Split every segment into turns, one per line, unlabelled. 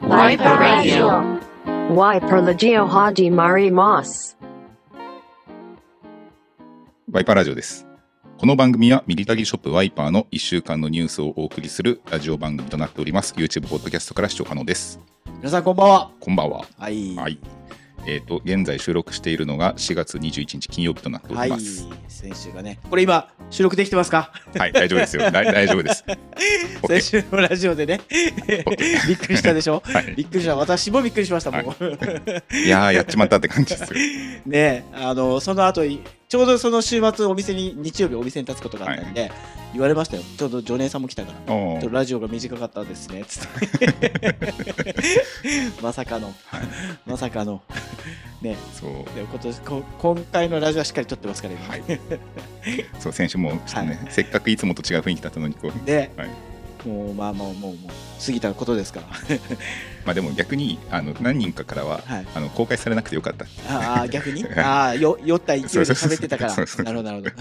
ワイパーラジオ
Wiper Legio Haji Mari Moss.
ワイパーラジオです。この番組はミリタリーショップワイパーの1週間のニュースをお送りするラジオ番組となっております。YouTube、ポッドキャストから視聴可能です。
皆さんこんばんは。
こんばんは。
はい。
はい。えっ、と、現在収録しているのが4月21日金曜日となってお
は
り
い
ます。
先週がね、これ今収録できてますか？
はい、大丈夫ですよ。大大丈夫です。OK
先週のラジオでね、 びっくりしたでしょ？
はい
びっくりした。私もびっくりしましたもん。
いやー、やっちまったって感じですよ。
ねえ、あのその後いちょうどその週末お店に日曜日お店に立つことがあったんで、言われましたよ。ちょうど常連さんも来たから。
お
ちょっと
ー
ラジオが短かったですねつって まさかの、
はい
まさかのね
そう。
でも今年こ今回のラジオはしっかり撮ってますから今、
はい。そう、先週もちょっとね、せっかくいつもと違う雰囲気だったのに、こう。
で、
はい
もうまあもうもうもう過ぎたことですから
まあでも逆に、あの、何人かからは、
はい
あの公開されなくてよかった。
ああ逆に
はい
ああよ酔った勢いで
そうそうそう
喋ってたから
そうそう
なるほどなるほど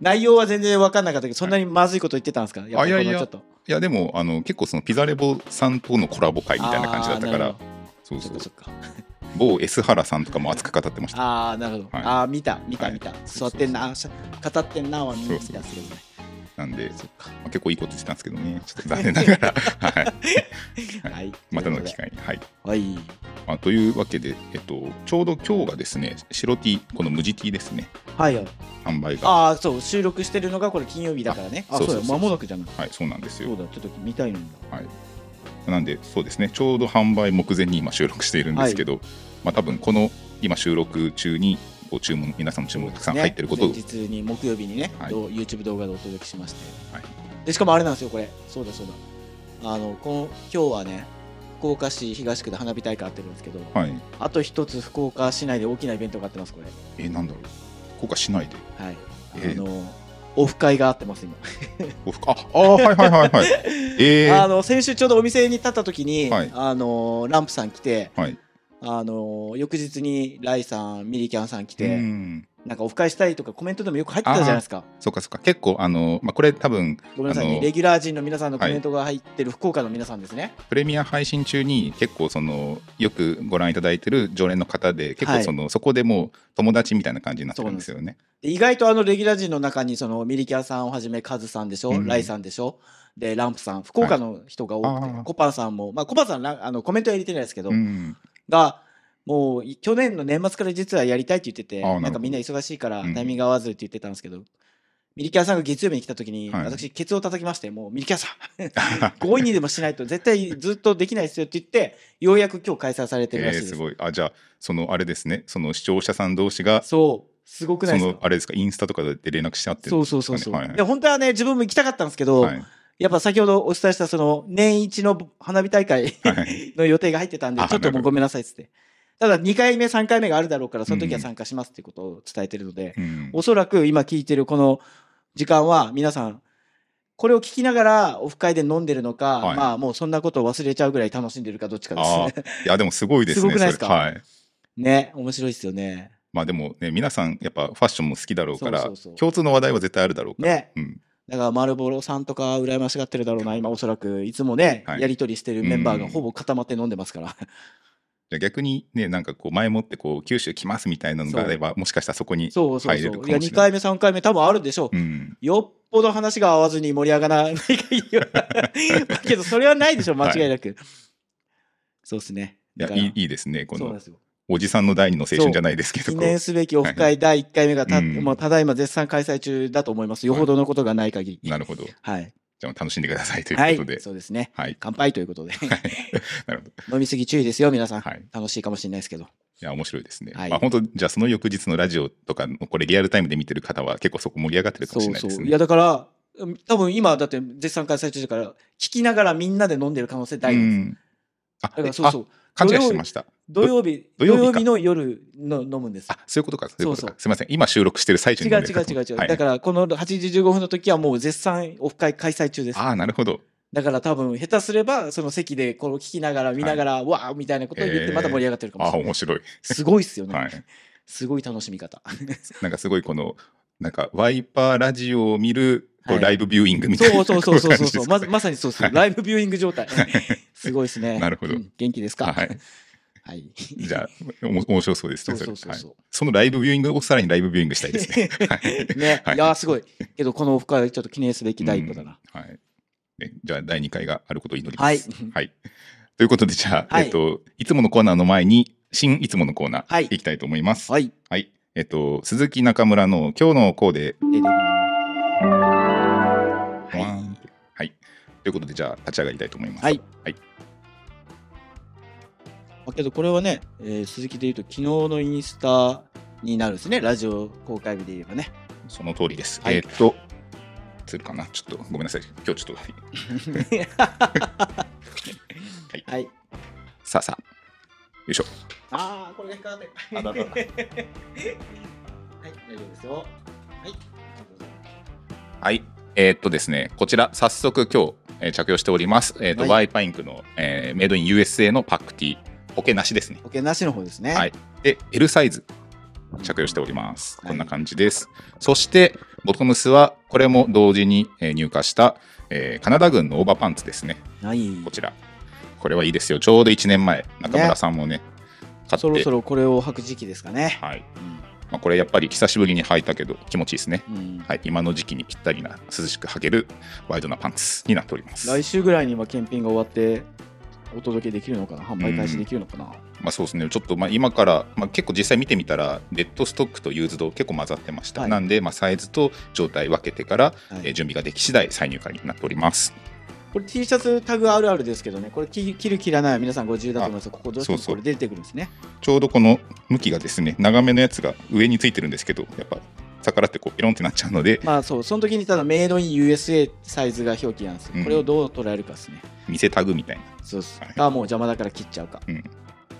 内容は全然分かんなかったけどそんなにまずいこと言ってたんですかやっぱり
いや
こ
いや
のちょっと
いや、でも、あの、結構そのピザレボさんとのコラボ会みたいな感じだったか
あー
ら
なるほ、
そう
どそ
そ
っ
う
か。そっか
某 S 原さんとかも熱く語ってました。
ああなるほど、
はい
ああ見た見た
はい
見た、座ってんなあしゃ語ってんなは見
そ
見
う
た
そ
す
う
るね
なんで、
そっか
まあ結構いいことしてたんですけどね、ちょっと残念 ながら。はい、はい
はい
またの機会に。はい
はい
まあ、というわけで、えっと、ちょうど今日がですね、白 T、この無地 T ですね、
はいはい
販売が。
ああそう収録してるのがこれ金曜日だからね
あ
あ
そ
そうう
そうそう
だ間もなくじゃない
はい、そうなんです
そう
よ。
だちょっと見たいんだ
なんで、そうですね、ちょうど販売目前に今収録しているんですけど、まあ多分この今収録中に、ご注文、皆さんの注文がたくさん入ってることを、
ね前日に木曜日にね、
はい
どう YouTube 動画でお届けしまして、
はい
でしかもあれなんですよこれそうだそうだあのこの今日はね福岡市東区で花火大会あってるんですけど、
はい、
あと一つ福岡市内で大きなイベントがあってますこれ
えー、なんだろう、効果しないで。
はい
え
あの、オフ会があってます今、
おふ あ、あー、はいはいはいはい。え
あ
ー、
の先週ちょうどお店に立った時に、
はい
あのランプさん来て
はい。
あの翌日にライさんミリキャンさん来
う
て、
ん。
なんかオフ会したいとかコメントでもよく入ってたじゃないですか
そうかそうか、結構、あの、まあ、これ多分、
ごめんなさい
あの
ねレギュラー陣の皆さんのコメントが入ってる福岡の皆さんですね、
プレミア配信中に結構そのよくご覧いただいてる常連の方で結
は
構
い
その、そこでもう友達みたいな感じになってるんですよね。
で意外とあのレギュラー陣の中にそのミリキャさんをはじめカズさんでしょ、
うん
ライさんでしょでランプさん福岡の人が多くて、
あー
コパンさんも、まあ、コパンさんらあのコメントは入れてないですけど、
うん
がもうい去年の年末から実はやりたいって言ってて
あーな
な
るほど
んかみんな忙しいから
うん
タイミング合わずって言ってたんですけど、ミリキャさんが月曜日に来た時に、
はい
私ケツを叩きましてもうミリキャさん強引にでもしないと絶対ずっとできないですよって言ってようやく今日開催されてるら
え
しい
ー
です。
すごいあじゃあそのあれですねその視聴者さん同士がそ
そうすごくないです
の
か
あれですかインスタとかで連絡し合ってる
そうそうそうそう、
はいはい
で本当はね自分も行きたかったんですけど、
はい
やっぱ先ほどお伝えしたその年一の花火大会
はい
の予定が入ってたんで
あ
ちょっと
なる
も
ほ
う
ど
ごめんなさいっつってただ2回目3回目があるだろうからその時は
うん
参加しますっていうことを伝えてるので、
うん
おそらく今聞いてるこの時間は皆さんこれを聞きながらオフ会で飲んでるのか、
はい
まあもうそんなことを忘れちゃうぐらい楽しんでるかどっちかです
あ
ね。
ーいやでもすごいですね
すごくないですか
それはい
ね面白いですよね。
まあでもね皆さんやっぱファッションも好きだろうから
そうそうそう
共通の話題は絶対あるだろうから、
ね
うん、
だから丸ボロさんとか羨ましがってるだろうな今おそらくいつもね、
はい
やり取りしてるメンバーが
うん
ほぼ固まって飲んでますから。
じゃあ逆にねなんかこう前もってこう九州来ますみたいなのがあればもしかしたらそこ に
そうそう
入れ
そ
るかも
う。
し
い
れ
や、
ない
2回目、3回目、多分あるでしょう。
うん、
よっぽど話が合わずに盛り上がらないような だけど、それはないでしょ、間違いなく。そうですね。
いや
だから
いいいいですねこ
そうなん
の
ですよ。
おじさんの第二の青春じゃないですけど
記
こう
念すべきオフ会第1回目がた,、
うん
もうただいま絶賛開催中だと思います。よほどのことがない限り。
なるほど。じ
はい。
ゃあ楽しんでくださいとい
は
うこ
い
とで。。
そうですね。
はい。
乾杯ということで。
なるほ
飲みすぎ注意ですよ、皆さん。
ど。はい。
楽しいかもしれないですけど。
いや、面白いですね。
はい
まあ、本当じゃあその翌日のラジオとかの、これリアルタイムで見てる方は結構そこ盛り上がってるかもしれないです
い
ね。
や、だから、うん多分今、だって絶賛開催中だから、聞きながらみんなで飲んでる可能性大
う
です。
ん。あ、
だから、
え
そうそう。
あ勘違いしてました。
土曜日、土
土曜日
曜
か
日の夜の飲むんですよ
あ。、そういうことか。そういうことか。
そうそう
すみません。今収録してる最中
違う
に飲んで
違
る
う
かと
違う違う。
思ってはい
だから、この8時15分の時はもう絶賛オフ会開催中です。
ああ、なるほど。
だから多分、下手すれば、その席でこれを聞きながら、見ながら、わあみたいなことを言っ
へ
て、
ー
また盛り上がってるかも
ああ
しれ
ー、
ない。
面白い。
すごいっすよね。
はい。
すごい楽しみ方。
なんかすごいこの、なんかワイパーラジオを見るこうライブビューイングみたいな、
そうそうそうそうそうそう、
こ
ま
い感じですかね
まさにそうです、
はい
ライブビューイング状態。すごいですね。
なるほど
うん元気ですか。
はい。
はい。
じゃあ、おも面白そうです
そ
ね。
う
それ
そうそう
はい
そ
そのライブビューイングをさらにライブビューイングしたいですね。
う。ね、
はい
いやーすごい。けどこのオフ会ちょっと記念すべき第一歩だな。
はい。ねじゃあ、第2回があることを祈りま
はい
す。。はい。ということで、じゃあ、
はい
えっと、いつものコーナーの前に、新いつものコーナー、、
はいい
きたいと思います。
はい。
はい。えっと、鈴木中村の今日のコーデ、
でで
わー
は
んはい。ということで、じゃあ、立ち上がりたいと思います。
はい。
は
い。
い。
けどこれはね、えー鈴木で言うと昨日のインスタになるんですね。ラジオ公開日で言えばね。
その通りです。
はい
えっと、つるかなちょっと、ごめんなさい。今日ちょっと、はい
はい。はい。
さあさあ。よいしょ。
ああ、これが引っかかってる。
あだだだ
はい、大丈夫ですよ。はい。
はい。えーっとですね、こちら、早速今日、えー着用しております、えーっと、
はい
ワイパインクの、えーメイドイン USA のパックティー、ポケなしですね。
保険なしの方ですね。
はい。で、L サイズ、着用しております。
はい
こんな感じです。そして、ボトムスは、これも同時にえー入荷した、えーカナダ軍のオーバーパンツですね。
はい。
こちら。これはいいですよ。ちょうど1年前、中村さんもね、買って。
そろそろこれを履く時期ですかね。
はい。まあ、これやっぱり久しぶりに履いたけど、気持ちいいですね。
うんうん
はい。今の時期にぴったりな、涼しく履けるワイドなパンツになっております。
来週ぐらいには検品が終わって、お届けできるのかな販売開始できるのかな、
まあ、そうですね、ちょっとまあ今から、まあ、結構実際見てみたら、レッドストックとユーズド、結構混ざってました。
はい
なんで、まあ、サイズと状態分けてから、
はい
えー準備ができ次第再入荷になっております。
これ T シャツタグあるあるですけどね、これ着切る切らないは皆さんご自由だと思いますがここどうしても
そうそう
これ出てくるんですね。
ちょうどこの向きがですね、長めのやつが上についてるんですけど、やっぱ逆らってこうピロンってなっちゃうので、
まあそう、その時にただメイドイン USA サイズが表記なんですよ
うん
これをどう捉えるかですね。
見せタグみたいな。
そうっす。
はい
か、もう邪魔だから切っちゃうか。
ま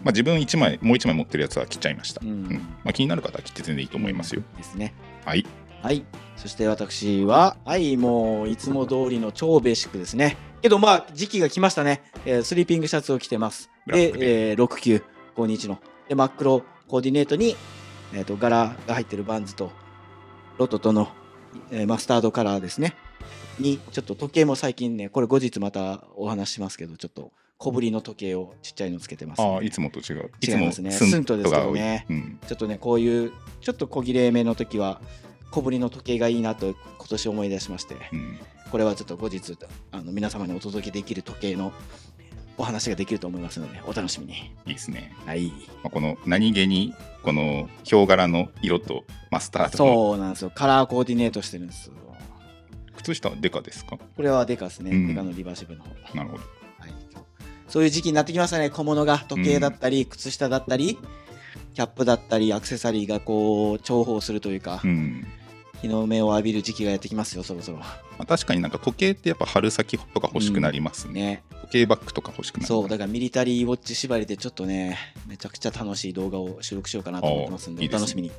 あ、自分1枚、もう1枚持ってるやつは切っちゃいました。
う
うん
ん。
まあ、気になる方は切って全然いいと思いますよ。
ですね。
はい。
はい。そして私は、はい、もういつも通りの超ベーシックですね。けどまあ、時期が来ましたね。えースリーピングシャツを着てます。
ブラック
で、えー、6、9、5、2、1の。で、真っ黒コーディネートに、えっ、と、柄が入ってるバンズと、ロトとの、えーマスタードカラーですね。に、ちょっと時計も最近ね、これ後日またお話ししますけど、ちょっと小ぶりの時計をちっちゃいのつけてます、
ああ、いつもと違う。い
違
つ
い
も
ますね
スン
スンとで
と
すけ
が
ど
多い。
ね
うん。
ちょっとね、こういう、ちょっと小切れ目の時は、小ぶりの時計がいいなと今年思い出しまして、
うん。
これはちょっと後日、あの皆様にお届けできる時計のお話ができると思いますので、お楽しみに。
いいですね。
はい。
まあ、この何気にこのヒョウ柄の色とマスタードの
そうなんですよ。カラーコーディネートしてるんですよ。
靴下はデカですか
これはデカですね。
うん
デカのリバーシブルの方。
なるほど
はい。そういう時期になってきましたね。小物が時計だったり、靴下だったり、キャップだったり、アクセサリーがこう、重宝するというか、
うん、
日の目を浴びる時期がやってきますよ、そろそろ。
まあ、確かになんか時計ってやっぱ春先とか欲しくなりますね、
ね。
時計バッグとか欲しくなる
そう、だからミリタリーウォッチ縛りでちょっとね、めちゃくちゃ楽しい動画を収録しようかなと思ってますん
あー
で、
いい
お
ですね
楽しみに。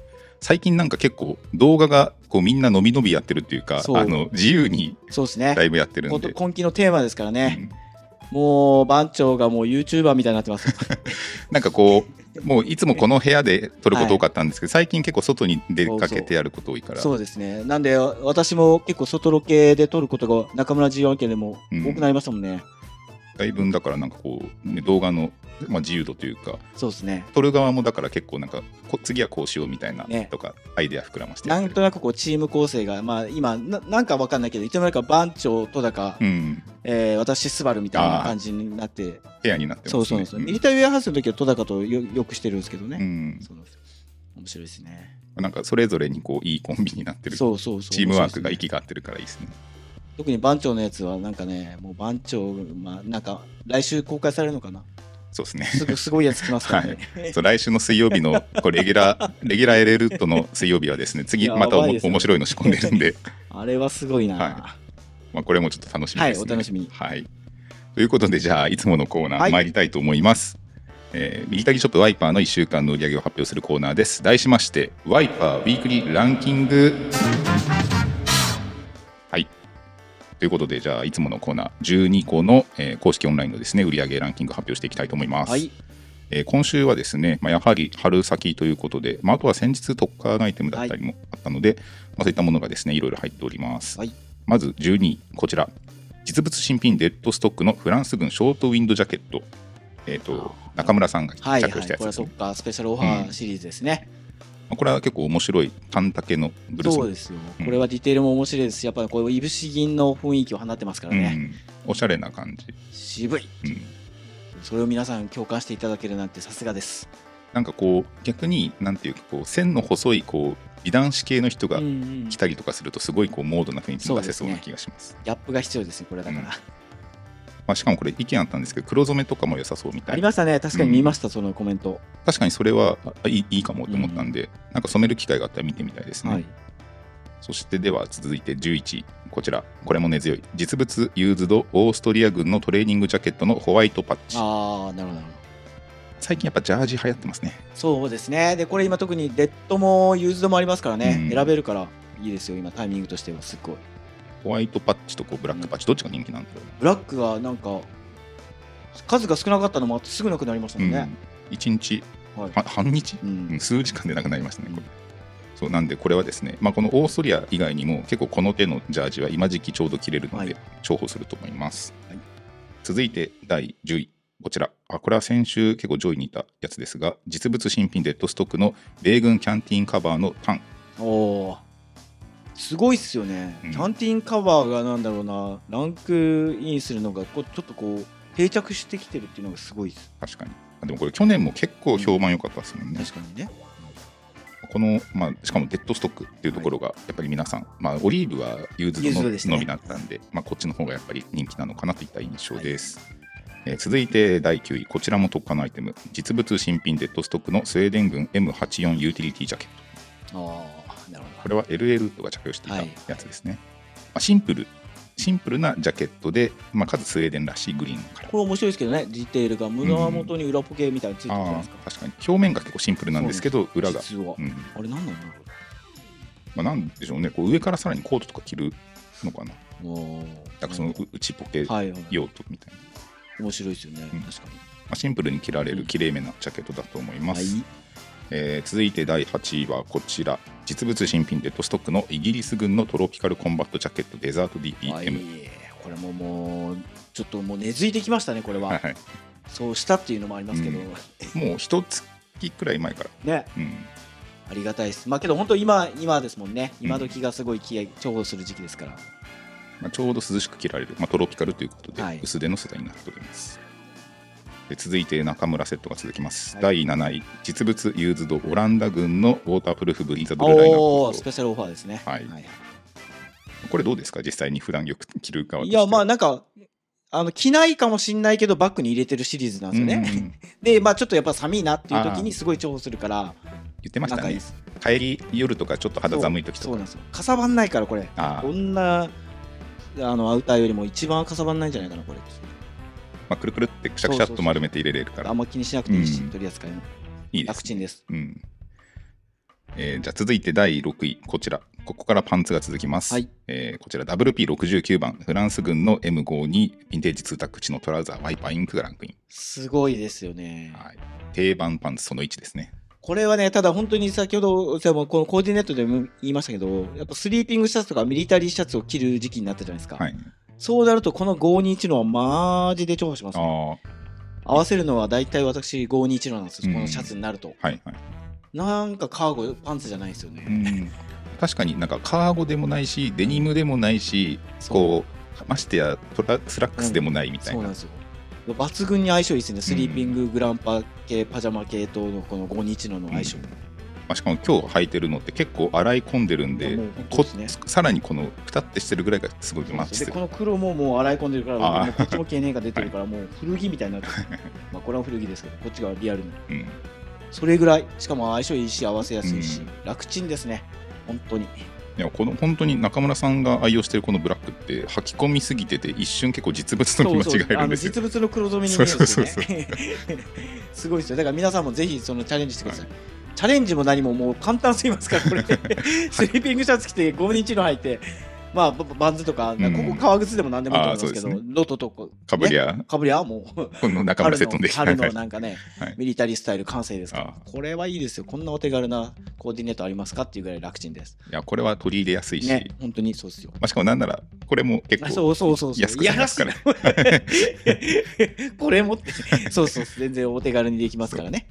最近なんか結構動画がこうみんなのびのびやってるっていうか
そう
あの自由に
そうですね
ラ。イブやってる
こ
ん
と
で、
今期のテーマですから
う
ね、
ん
もう番長がもう YouTuber みたいになってます。
なんかこうもういつもこの部屋で撮ること多かったんですけど、最近結構外に出かけてやること多いから
そうですね。なんで、私も結構外ロケで撮ることが中村 G1 家でも多くなりましたもんね。
だいぶんだからなんかこう、ね、動画の、まあ、自由度というか
そうですね。
撮る側もだから結構なんかこ次はこうしようみたいな
ね
とか、アイデア膨らましてや
な
って
ん
る
となくこうチーム構成が、まあ今、ななんかわかんないけど、いつの間にか番長、戸高、
うん
えー私、スバルみたいな感じになって、
ペアになってますね
そうそうなんですよ。
ん
ミリタリーウェアハウスの時は戸高とよよくしてるんですけどね。
うん
そうなんですよ面白いですね。
なんかそれぞれにこういいコンビになってる
そうそうそう。
チームワークが息
き。
が合ってるからいいですね
特に番長のやつは、なんかね、もう番長、まあ、なんか、来週公開されるのかな。
そうですね
すぐ、す ごいやつ来ますからね。
そう来週の水曜日のこうレギュラーレギュラーエレルートの水曜日はですね次
いや
またお
や
も
ばいですね
面白いの仕込んでるんで
あれはすごいな。
はまあこれもちょっと楽しみです、ね、
はいお楽しみに
はいということでじゃあいつものコーナ
は
ー
い
参りたいと思います、えーミリタリーショップワイパーの1週間の売り上げを発表するコーナーです題しましてワイパーウィークリーランキングはいということでじゃあいつものコーナー12個の、えー公式オンラインのですね売り上げランキング発表していきたいと思います、
はい。
えー今週はですね、まあ、やはり春先ということで、まあ、あとは先日特化アイテムだったりもあったので、まあ、そういったものがですねいろいろ入っております、
はい
まず12位、こちら。実物新品デッドストックのフランス軍ショートウィンドジャケット。えっ、と、中村さんが着
はい、はい、
用したやつ
これ
で
は
す
そっ
ね。
か、スペシャルオファーシリーズですね。
まあこれは結構面白い、短丈のブルース
そ
も
うですよ、
うん
これはディテールも面白いですし、やっぱりこういぶし銀の雰囲気を放ってますからね、
うん、おしゃれな感じ、
渋い、
うん、
それを皆さん共感していただけるなんてさすがです。
なんかこう逆になんていうかこう線の細いこう美男子系の人が
うんうん
来たりとかするとすごいこうモードな雰囲気も出せそうな気がします
ギャップが必要ですね、これだから。
うんまあ、しかもこれ意見あったんですけど黒染めとかも良さそうみた
あ
い
り
な
ましたね、確かに見ました、そのコメント。
確かにそれはあいいいいかもと思ったんで、なんか染める機会があったら見てみたいですね、
はい、
そしてでは続いて11位こちらこれも根強い実物ユーズドオーストリア軍のトレーニングジャケットのホワイトパッチ
ああ、なるほどなるほど。
最近やっぱジャージ流行ってますね
そうですね、でこれ今、特にレッドもユーズドもありますからね、
うん
選べるからいいですよ、今、タイミングとしては、すっごい。
ホワイトパッチとこうブラックパッチどっちが人気なんだろう
ブラックがなんか、数が少なかったのもあって、すぐなくなりましたもんね。
うん、1日、
はい
は半日、
うん
うん数時間でなくなりましたね、これそうなんでこれはですね、まあ、このオーストリア以外にも結構この手のジャージは今時期ちょうど着れるので
は
重宝すると思います、
はい
続いて第10位こちらあこれは先週結構上位にいたやつですが実物新品デッドストックの米軍キャンティーンカバーのタン
おおすごいっすよね、
うん
キャンティーンカバーがなんだろうなランクインするのがこうちょっとこう定着してきてるっていうのがすごいです
確かにあでもこれ去年も結構評判良かったですもんね、
確かにね
この、まあ、しかもデッドストックっていうところが、やっぱり皆さん、まあ、オリーブはユーズド
ユーズ
の
ドですね
のみだったんで、まあ、こっちの方がやっぱり人気なのかなといった印象です。えー続いて第9位、こちらも特化のアイテム、実物新品デッドストックのスウェーデン軍 M84 ユーティリティジャケット。
ああなるほ
これは LL とが着用していた
は
や
い
つですね。まあ、シンプル、シンプルなジャケットで、まあ、かつスウェーデンらしいグリーンから
どこ。れ面白いですけどねディテールが胸元に裏ポケみたいについてるじゃない
あ
ですか、
ー確かに表面が結構シンプルなんですけど、裏が、
実は、
うん
あれなんなんだろ
まあ、なんでしょうね、こう上からさらにコートとか着るのかな。
うおー
だからそのう内ポケ
はい、はい、
用途みたいな、
面白いですよね、
うん
確か
まあ、シンプルに着られ
う
る
ん
きれいめなジャケットだと思い
に
ま
は
す、
い
えー続いて第8位はこちら実物新品デッドストックのイギリス軍のトロピカルコンバットジャケットデザート DPM、
は
はいいはい
これももうちょっともう根付いてきましたねこれは、そうしたっていうのもありますけど、
うんもう一月くらい前から、
ね
うん、
ありがたいです。まあけど本当今今ですもんね。
うん
今時がすごい気合重宝する時期ですから。
まあ、ちょうど涼しく着られる、まあ、トロピカルということで、
はい
薄手の素材になっておりますで続いて中村セットが続きます、
はい
第7位実物ユーズドオランダ軍のウォータープルーフブリザブルライ
お
ナーコ
おース
ー
ペシャルオファーですね。
はいトこれどうですか実際に普段よく着る側と
い
しては
やまあなんかあの着ないかもしんないけどバッグに入れてるシリーズなんですよ
うんうんう
ね。
ん
でまあちょっとやっぱ寒いなっていう時にすごい重宝するから
言ってまし
な
た
んかいい
ね
です。
帰り夜とかちょっと肌寒い時
そうな
と
ん
か
ですよ。かさばんないからこれ。
あー
こんなあのアウターよりも一番かさばんないんじゃないかなこれ。
まあ、くるくるってくしゃくしゃっと丸めて入れれるから
あんま気にしなくていいし
うん
取り扱いも
いいで
楽
す、
ちんです。
うんえーじゃあ続いて第6位こちらここからパンツが続きます、
はい
えーこちら WP69 番フランス軍の M5 にヴィンテージ2タックチのトラウザーワイパーインクがランクイ
すごいですよね
ン、。はい、定番パンツその1ですね
これはね、ただ本当に先ほど、でもこのコーディネートでも言いましたけど、やっぱスリーピングシャツとかミリタリーシャツを着る時期になったじゃないですか。
はい
そうなると、この521のはマジで重宝します、
ああはい
合わせるのは大体私521のなんですよ、
うん
このシャツになると。
はい、
なんかカーゴ、パンツじゃないですよ
う
ね。
ん、確かになんかカーゴでもないしデニムでもないしこうましてやトラスラックスでもないみた
そ
い
う
な、
なんですよ。抜群に相性いいですね。スリーピング、グランパ系、パジャマ系とのこの521のの相性。
うんまあ、しかも今日履いてるのって結構洗い込んでるんで
いやもう本当
こ
ですね
さらにこのくたってしてるぐらいがすごいマッチす
で
る
この黒ももう洗い込んでるから、
あー
もうこっちも経年が出てるから、もう古着みたいになっ てるまあこれは古着ですけど、こっちがリアルに。
うん
それぐらい、しかも相性いいし、合わせやすいし、
うん
楽ちんですね、本当に。
いやこの本当に中村さんが愛用してるこのブラックって履き込みすぎてて一瞬結構実物と見間
そう
違
そう
え
あ
るん
の
ですよ
実物の黒染めに見えるんですよ
そうそうそう
ね。 すごいですよ、だから皆さんもぜひそのチャレンジしてください。チャレンジも何ももう簡単すぎますから、これ、スリーピングシャツ着て、5日の履いて、まあ、ババンズとか、
ん
ここ革靴でも何でもいいと思いますけど、
あーそうで
ロトとか、
かぶり
ね
ゃ、
かぶりゃもう、
この中村セットできた
春
い
の。春のなんかね、
はい
ミリタリースタイル完成ですから
あ
これはいいですよこんなお手軽なコーディネートありますかっていうぐらい楽ちんです
いや、これは取り入れやすいし、
ね本当にそうですよ
まあ、しかもなんなら、これも結
あ
構、
そうそうそうそう
安く
い
な
や
り
ら
ま
し
す
い
から
これ持ってそうそう全然お手軽にできますからね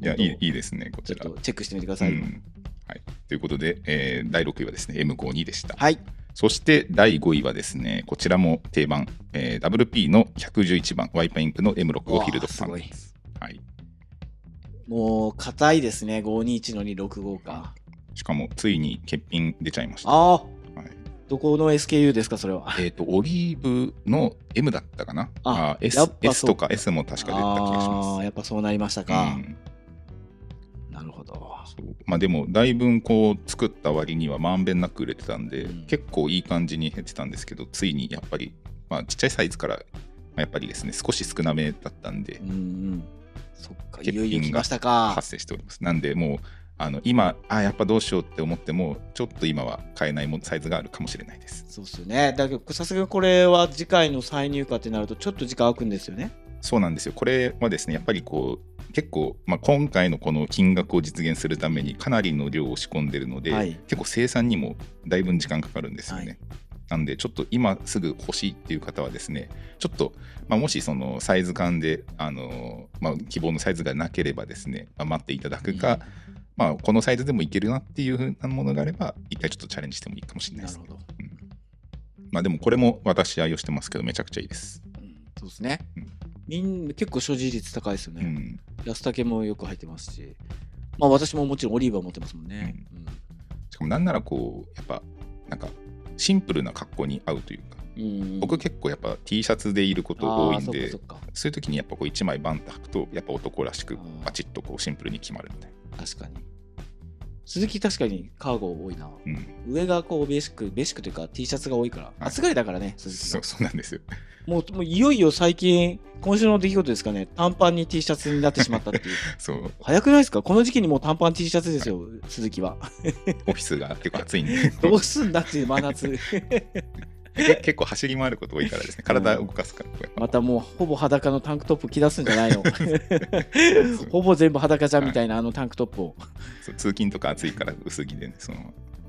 いやいいいいですね、こ
ち
ちら。
ょっとチェックしてみてくだ
う
さい、
んはい、ということで、えー第6位はですね、M52 でした。
はい
そして第5位はですね、こちらも定番、えー WP の111番、ワイパインクの M6 をフィールドパン
わあ
ツ。はい、
もう硬いですね521の265か
しかも、ついに欠品出ちゃいました。は
ああ
い、
どこの SKU ですかそれは
えっ、と、オリーブの M だったかな
あ
あー S,
やっぱそう
S とか S も確か出た気がし
あ
ま
あやっぱそうなりました
す。
か
う、ん
なるほど
そうまあでもだいぶこう作った割にはまんべんなく売れてたんで、
うん
結構いい感じに減ってたんですけどついにやっぱり、まあ、ちっちゃいサイズから、まあやっぱりですね少し少なめだったんで
うんうんそっかい
欠品
よ
が
いよ来ましたか
発生しております、なんでもうあの今あやっぱどうしようって思ってもちょっと今は買えないものサイズがあるかもしれないです
そうっすよね。だけど、さすがにこれは次回の再入荷ってなると、ちょっと時間空くんですよね。
そうなんですよこれはですねやっぱりこう結構、まあ、今回のこの金額を実現するためにかなりの量を仕込んでるので、
はい
結構生産にもだいぶ時間かかるんですよね。
はい
なんでちょっと今すぐ欲しいっていう方はですねちょっと、まあ、もしそのサイズ感で、あのまあ、希望のサイズがなければですね、まあ、待っていただくか、まあ、このサイズでもいけるなっていう風なものがあれば一回ちょっとチャレンジしてもいいかもしれない
な
で
る
す
ほ
ね、
ど。
まあ、でもこれも私愛用してますけどめちゃくちゃいいです、
うんそうですね
うん。
みん結構所持率高いですよ
う
ね。
ん、
安竹もよく入ってますし、まあ私ももちろんオリーブは持ってますもんね。
しかもなんならこうやっぱなんかシンプルな格好に合うというか
うんうん
僕結構やっぱ T シャツでいること多
あー
いん
そっか
で
そ
そ
っか
ういう時にやっぱこう1枚バンと履くとやっぱ男らし
あ
く
ー
パチッとこうシンプルに決まるみたい
確かに。鈴木確かにカーゴ多いな。
な、うん、
上がこうベーシック、ベーシックというか T シャツが多いから。
はい
暑がりだからね、鈴木
そ
が
うそうなんですよ
もう、もういよいよ最近、今週の出来事ですかね、短パンに T シャツになってしまったっ ていう。
そうオ
早くないですかこの時期にもう短パン T シャツですよ、鈴木は。
フィスが結構暑いんで
どうすんだっていう真夏。
け結構走り回ること多いからですね体を動かすからこうやっぱ
またもうほぼ裸のタンクトップ着出すんじゃない のほぼ全部裸じゃんみたいなあのタンクトップを。
そう通勤とか暑いから薄着でねその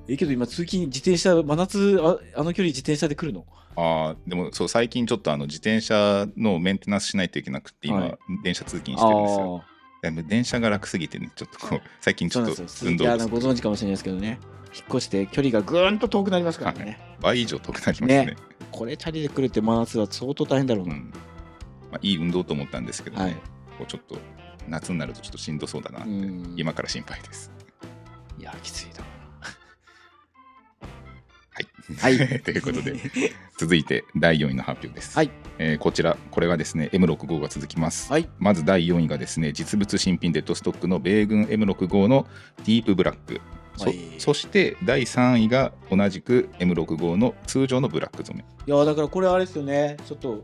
えけど今通勤自転車、真夏ああの距離自転車で来るの
あーでもそう最近ちょっとあの自転車のメンテナンスしないといけなくて今、
はい
電車通勤してるんですよ
ああ、
いやもう電車が楽すぎてね、ちょっとこう、最近ち
そう
ょっ
なん
と
ですよ。鈴
運
木
動
あ
不
の
足
ご存知かもしれないですけどね、引っ越して距離がぐーんと遠くなりますからね。
は倍以上遠くなりましたね。
ねこれチャリで来るって真夏は相当大変だろう
う
な。
んまあ、いい運動と思ったんですけどね、
はい
こうちょっと夏になるとちょっとしんどそうだなって、
うん
今から心配です。
いや、きついだろうな。
はい、 ということで、続いて第4位の発表です。
はい
えーこちら、これがですね、M65 が続きます。
はい。
まず第4位がですね、実物新品デッドストックの米軍 M65 のディープブラック。そ
はい
そして第3位が同じく M65 の通常のブラック染め。
いやだからこれあれですよねちょっと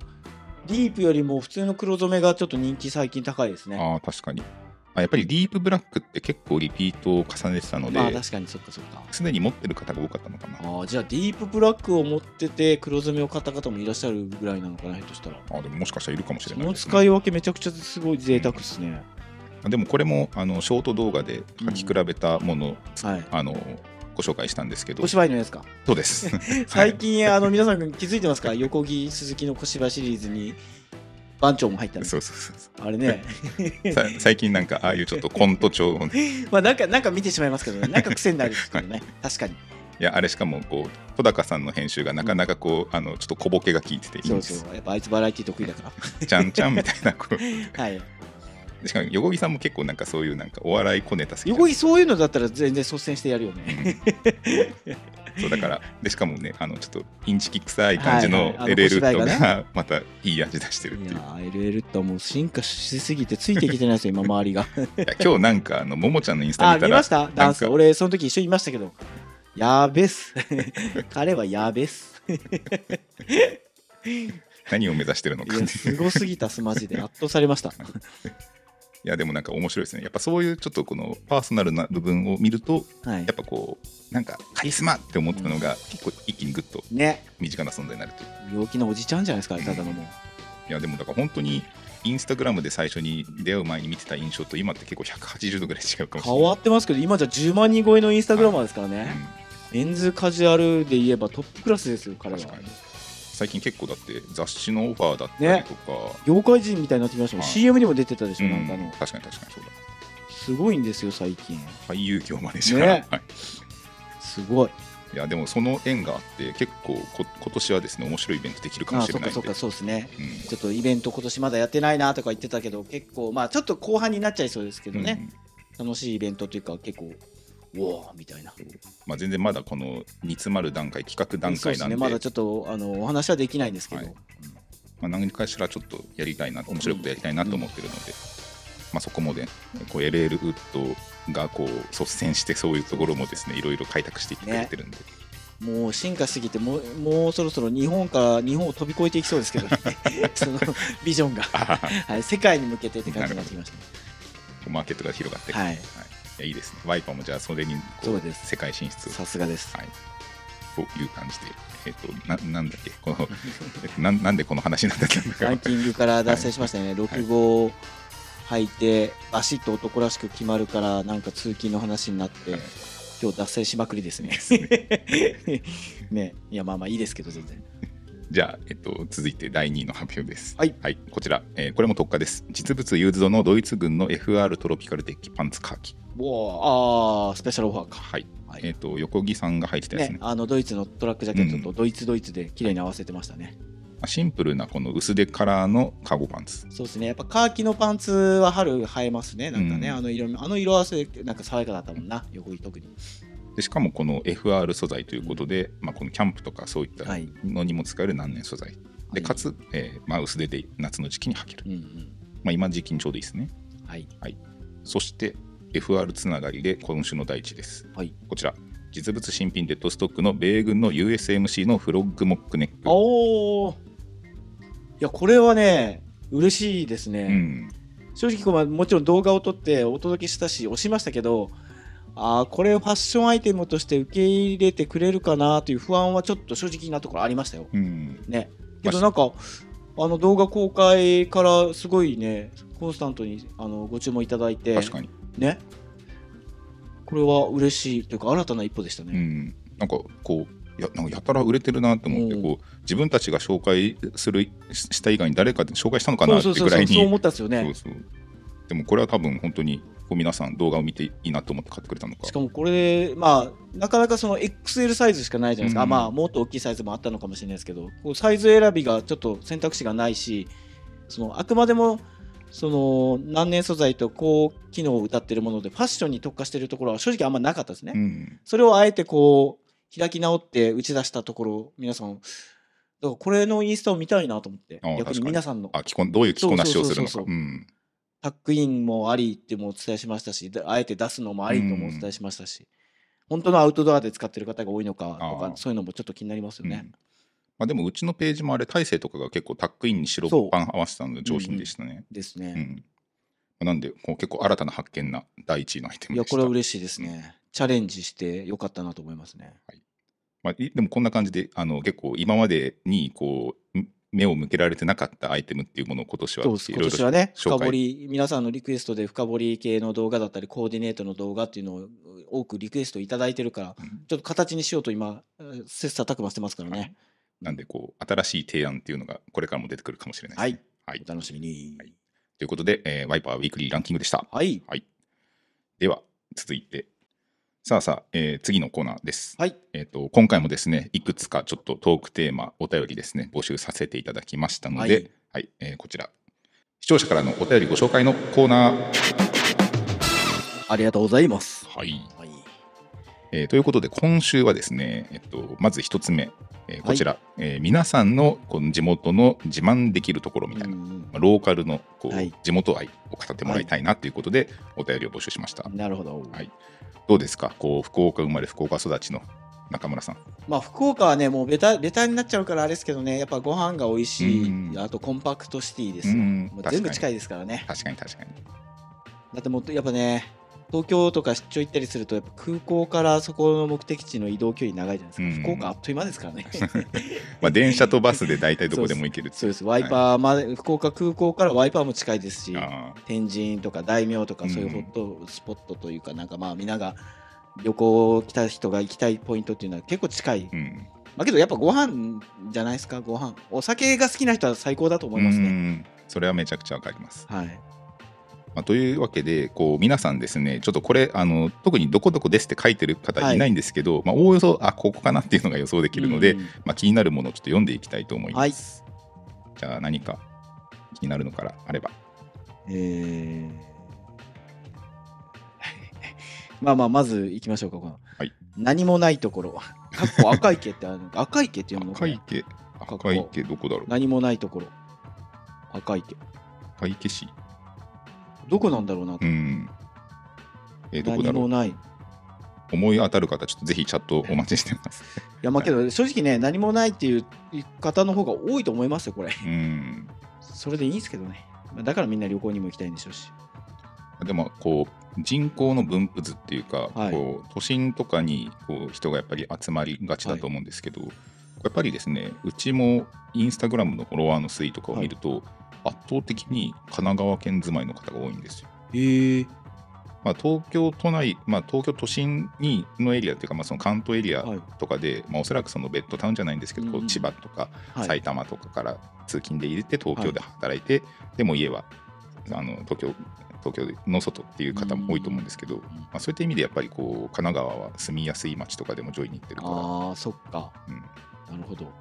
ディープよりも普通の黒染めがちょっと人気最近高いですね
ああ、確かに。あやっぱりディープブラックって結構リピートを重ねてたの
まあ
で、
確かにそっかそっか
すでに持ってる方が多かったのかな。
あーじゃあディープブラックを持ってて黒染めを買った方もいらっしゃるぐらいなのかなひょっとしたら
あでももしかしたらいるかもしれ
そ
ない
の
です、
使
ね。
い分けめちゃくちゃすごい贅沢ですね、
でもこれもあのショート動画で書き比べたもの、
はい
あのご紹介したんですけど
小、芝居のやつか
そうです。
最近あの皆さん気づいてますか横木鈴木の小芝シリーズに番長も入ったの
そうそうそうそ
あれ ね
うさ最近なんかああいうちょっとコント調をね、
まあなんかなんか見てしまいますけどねなんか癖になるんですけどね確かに
いやあれしかもこう戸高さんの編集がなかなかこうあのちょっと小ボケが効いてていいん
そう
です。
そうやっぱあいつバラエティ得意だか
ちゃんちゃんみたいなこ う。
らはい
しかも横木さんも結構なんかそういうなんかお笑い小ネタ好きなんで
横にそういうのだったら全然率先してやるよね。
そうだからでしかもねあのちょっとインチキ臭い感じ
はいは
の
いあの
LL ウッド
小芝居
がまたいい味出してる っ
い
てい
や
うい
ー、LL ってもう進化しすぎてついてきてないですよ、今、周 りが。
や今日なんかあのももちゃんのインスタ
あ、
見た
見
ら
ましたダンス。
なんか
俺、その時一緒にいましたけど。やーべっす。 彼はやーべっす。
何を目指してるの
い
か
や、
ね
すごすぎたっす、マジで。圧倒されました。
いやでもなんか面白いですねやっぱそういうちょっとこのパーソナルな部分を見ると
はい
やっ。ぱこうなんかカリスマって思ってたのが結構一気にグッと
ね。
身近な存在になるという
陽気なおじちゃんじゃないですか、ただのもう。
いやでもだから本当にインスタグラムで最初に出会う前に見てた印象と今って結構180度ぐらい違うかもしれ
変
ない
わってますけど、今じゃ10万人超えのインスタグラマーですからね。メンズカジュアルで言えばトップクラスですよ、
うん
彼は。
確かに最近結構だって雑誌のオファーだったりとか、
業界人みたいになってきましたもん、
はい
CM にも出てたでし
う
ょ、
ん
なんかあの。
確かに確かにそうだ
すごいんですよ、最近。
俳優業までじゃない、
ね
はい、
すごい。
いやでもその縁があって結構こ今年はですね面白いイベントできるか
あ
も
あ、
し
そ
れ
っ
な
か
い
そっ
ので
か、そうですね。
うん
ちょっとイベント今年まだやってないなとか言ってたけど、結構、まあちょっと後半になっちゃいそうですけどね、楽しいイベントというか、結構、うおーみたいな。
まあ、全然まだこの煮詰まる段階企画段
そうで
階な
す
んで
ね、まだちょっとあのお話はできないんですけど、
はいまあ、何かしらちょっとやりたいな面白いことやりたいなと思ってるので、まあ、そこもでこう LL ウッドがこう率先してそういうところもですねいろいろ開拓していってくれてるんで、
もう進化しすぎてもう、もうそろそろ日本から日本を飛び越えていきそうですけ どね、そのビジョンが、はい、世界に向けてって感じになってきまし
マーケットが広がって、
た、ね。はい、
いやいいですねワイパーもじゃあそれにこ
そうです
世界進出を
さすがです。
という感じで、えっとななんだっけこのえっとなんなんでこの話になんだっけ
ランキングから脱線しましたね、6号履いて、バシッと男らしく決まるから、なんか通勤の話になって、
はい
今日脱線しまくりです ね。ねいや、まあまあいいですけど、全然。
じゃあ、えっと、続いて第2位の発表です。
はい、
こちら、えーこれも特化です。実物ユーズドのドイツ軍の FR トロピカルデッキパンツカーキ。
おーあー、スペシャルオファーか。
はい。
はい
えっと、横木さんが入ってたやつね。
ね、あのドイツのトラックジャケットとドイツドイツで綺麗に合わせてましたね、
シンプルなこの薄手カラーのカゴパンツ。
そうですねやっぱカーキのパンツは春映えますねなんかね、
うん
あの色あの色合わせなんか爽やかだったもんな横井特に
でしかもこの FR 素材ということで、まあ、このキャンプとかそういった
はい、
のにも使える難年素材。
は
で、
い
かつ、えーまあ、薄手で夏の時期に履ける
う。んうん
まあ、今時期にちょうどいいですね。
はい、
そして、FR つながりで今週の第一です。
はい、
こちら、実物新品デッドストックの米軍の USMC のフロッグモックネック。
おおいやこれはね嬉しいです
う
ね、
ん、
正直こうもちろん動画を撮ってお届けしたし押しましたけどあーこれをファッションアイテムとして受け入れてくれるかなという不安はちょっと正直なところありましたよ
うん、
ね。けどなんか、あの動画公開からすごいね、コンスタントにあのご注文いただいて、
確かに、
ね。これは嬉しいというか、新たな一歩でした
う
ね。
ん、なんかこうやなんかやたら売れてるなと思って、
うん
こう自分たちが紹介するしした以外に誰かで紹介したのか
そ
な
う
って
そうそう
ぐら
そ、
いうに
そう思ったんですよね。
そうそうでもこれは多分本当にこう皆さん動画を見ていいなと思って買ってくれたのか
しかもこれ、まあ、なかなかその XL サイズしかないじゃないですか、
うん
まあ、もっと大きいサイズもあったのかもしれないですけど、こうサイズ選びがちょっと選択肢がないし、そのあくまでもその難年素材と高機能を謳っているもので、ファッションに特化しているところは正直あんまなかったですね。
うん、
それをあえてこう開き直って打ち出したところ皆さんだからこれのインスタを見たいなと思って
ああ
逆に
確かに
皆さんの
あ着こんどういう着こなしをするの
そ
か
うそうそうそう
うん
タックインもありってもお伝えしましたしであえて出すのもありともお伝えしましたし、本当のアウトドアで使ってる方が多いのかと
あ
か
あ
そういうのもちょっと気になりますよ
うん
ね、
まあ、でもうちのページもあれ大勢とかが結構タックインに白
そう
パン合わせたので上品でしたね、
です
うん
ね、
なんでこう結構新たな発見な第一位のアイテ
い
ムで
や
した
これは嬉しいですね、チャレンジしてよかったなと思いますね
まあ、いでもこんな感じであの結構今までにこうん目を向けられてなかったアイテムっていうものを今年は
そうです
い
今
ろい
年
ろ
はね
紹
深
介
掘り皆さんのリクエストで深掘り系の動画だったりコーディネートの動画っていうのを多くリクエストいただいてるから、
うん
ちょっと形にしようと今えー切磋琢磨してますからね、
なんでこう新しい提案っていうのがこれからも出てくるかもしれないですね。はい
お楽しみに
はいということで、えーワイパーウィークリーランキングでした。
はい
では続いてさあさあ、えー次のコーナーです。
はい
えー、と今回もですねいくつかちょっとトークテーマお便りですね募集させていただきましたので、
は
はいいえーこちら視聴者からのお便りご紹介のコーナー。
ありがとうございます
はい
はい
えーということで、今週はですね、えっと、まず一つ目、えーこちら、えー皆さんのこの地元の自慢できるところみたいな、
うん
まあローカルのこう、
はい
地元愛を語ってもらいたいなということで、お便りを募集しました。
なるほど、
はいどうですか、こう福岡生まれ、福岡育ちの中村さん。
まあ福岡はねもうベタベタになっちゃうからあれですけどねやっぱご飯が美味しい、
うん
あとコンパクトシティです、
うん
もう全部近
い
いですからね
確かに確かに。
だってもうやっぱね東京とか出張行ったりするとやっぱ空港からそこの目的地の移動距離長いじゃないですか、
うん
福岡あっという間ですから ね
まあ、電車とバスで大体どこでも行ける
そうですワイパーまで、福岡空港からワイパーも近いですし
ああ
天神とか大名とか
うん
そういうホットスポットというか、なんかまあ皆が旅行来た人が行きたいポイントっていうのは結構近い、
うん
まあけどやっぱご飯じゃないですかご飯お酒が好きな人は最高だと思います
う
ね、
んそれはめちゃくちゃわかります、
はい
まあ、というわけでこう皆さんですねちょっとこれあの特にどこどこですって書いてる方いないんですけど、まあ、おおよそあここかなっていうのが予想できるので、
うん
まあ、気になるものをちょっと読んでいきたいと思います、じゃあ何か気になるのからあれば
えー まあまあまず行きましょうかこの、
はい
何もないところかっこ赤池ってあるの赤池って読むのか
赤
な
池
こ
赤池どこだろう
何もないところ赤池
赤池市
どこなんだろうな、
うんえーどこ
何
だろ
も
う
ない
思い当たる方ちょっとぜひチャットお待ちしてます
いやまあけど正直ね何もないっていう方の方が多いと思いますよこれ
うん
それでいいんですけどねまあだからみんな旅行にも行きたいんでしょうし
でもこう人口の分布図っていうか、
はい
こう都心とかにこう人がやっぱり集まりがちだと思うんですけど、やっぱりですねうちもインスタグラムのフォロワーの推移とかを見ると、圧倒的に神奈川県住まいの方が多いんですよ。
へえ
まあ、東京都内、まあ、東京都心にのエリアっていうか、まあ、その関東エリア
はい
とかで、まあ、おそらくそのベッドタウンじゃないんですけど、こ
うんう
うん千葉とか
はい
埼玉とかから通勤で入れて東京で働いて、でも家はあの東京東京の外っていう方も多いと思うんですけど、まあ、そういった意味でやっぱりこう神奈川は住みやすい街とかでも上位に行ってるから、
あーそっか
うん、
なるほど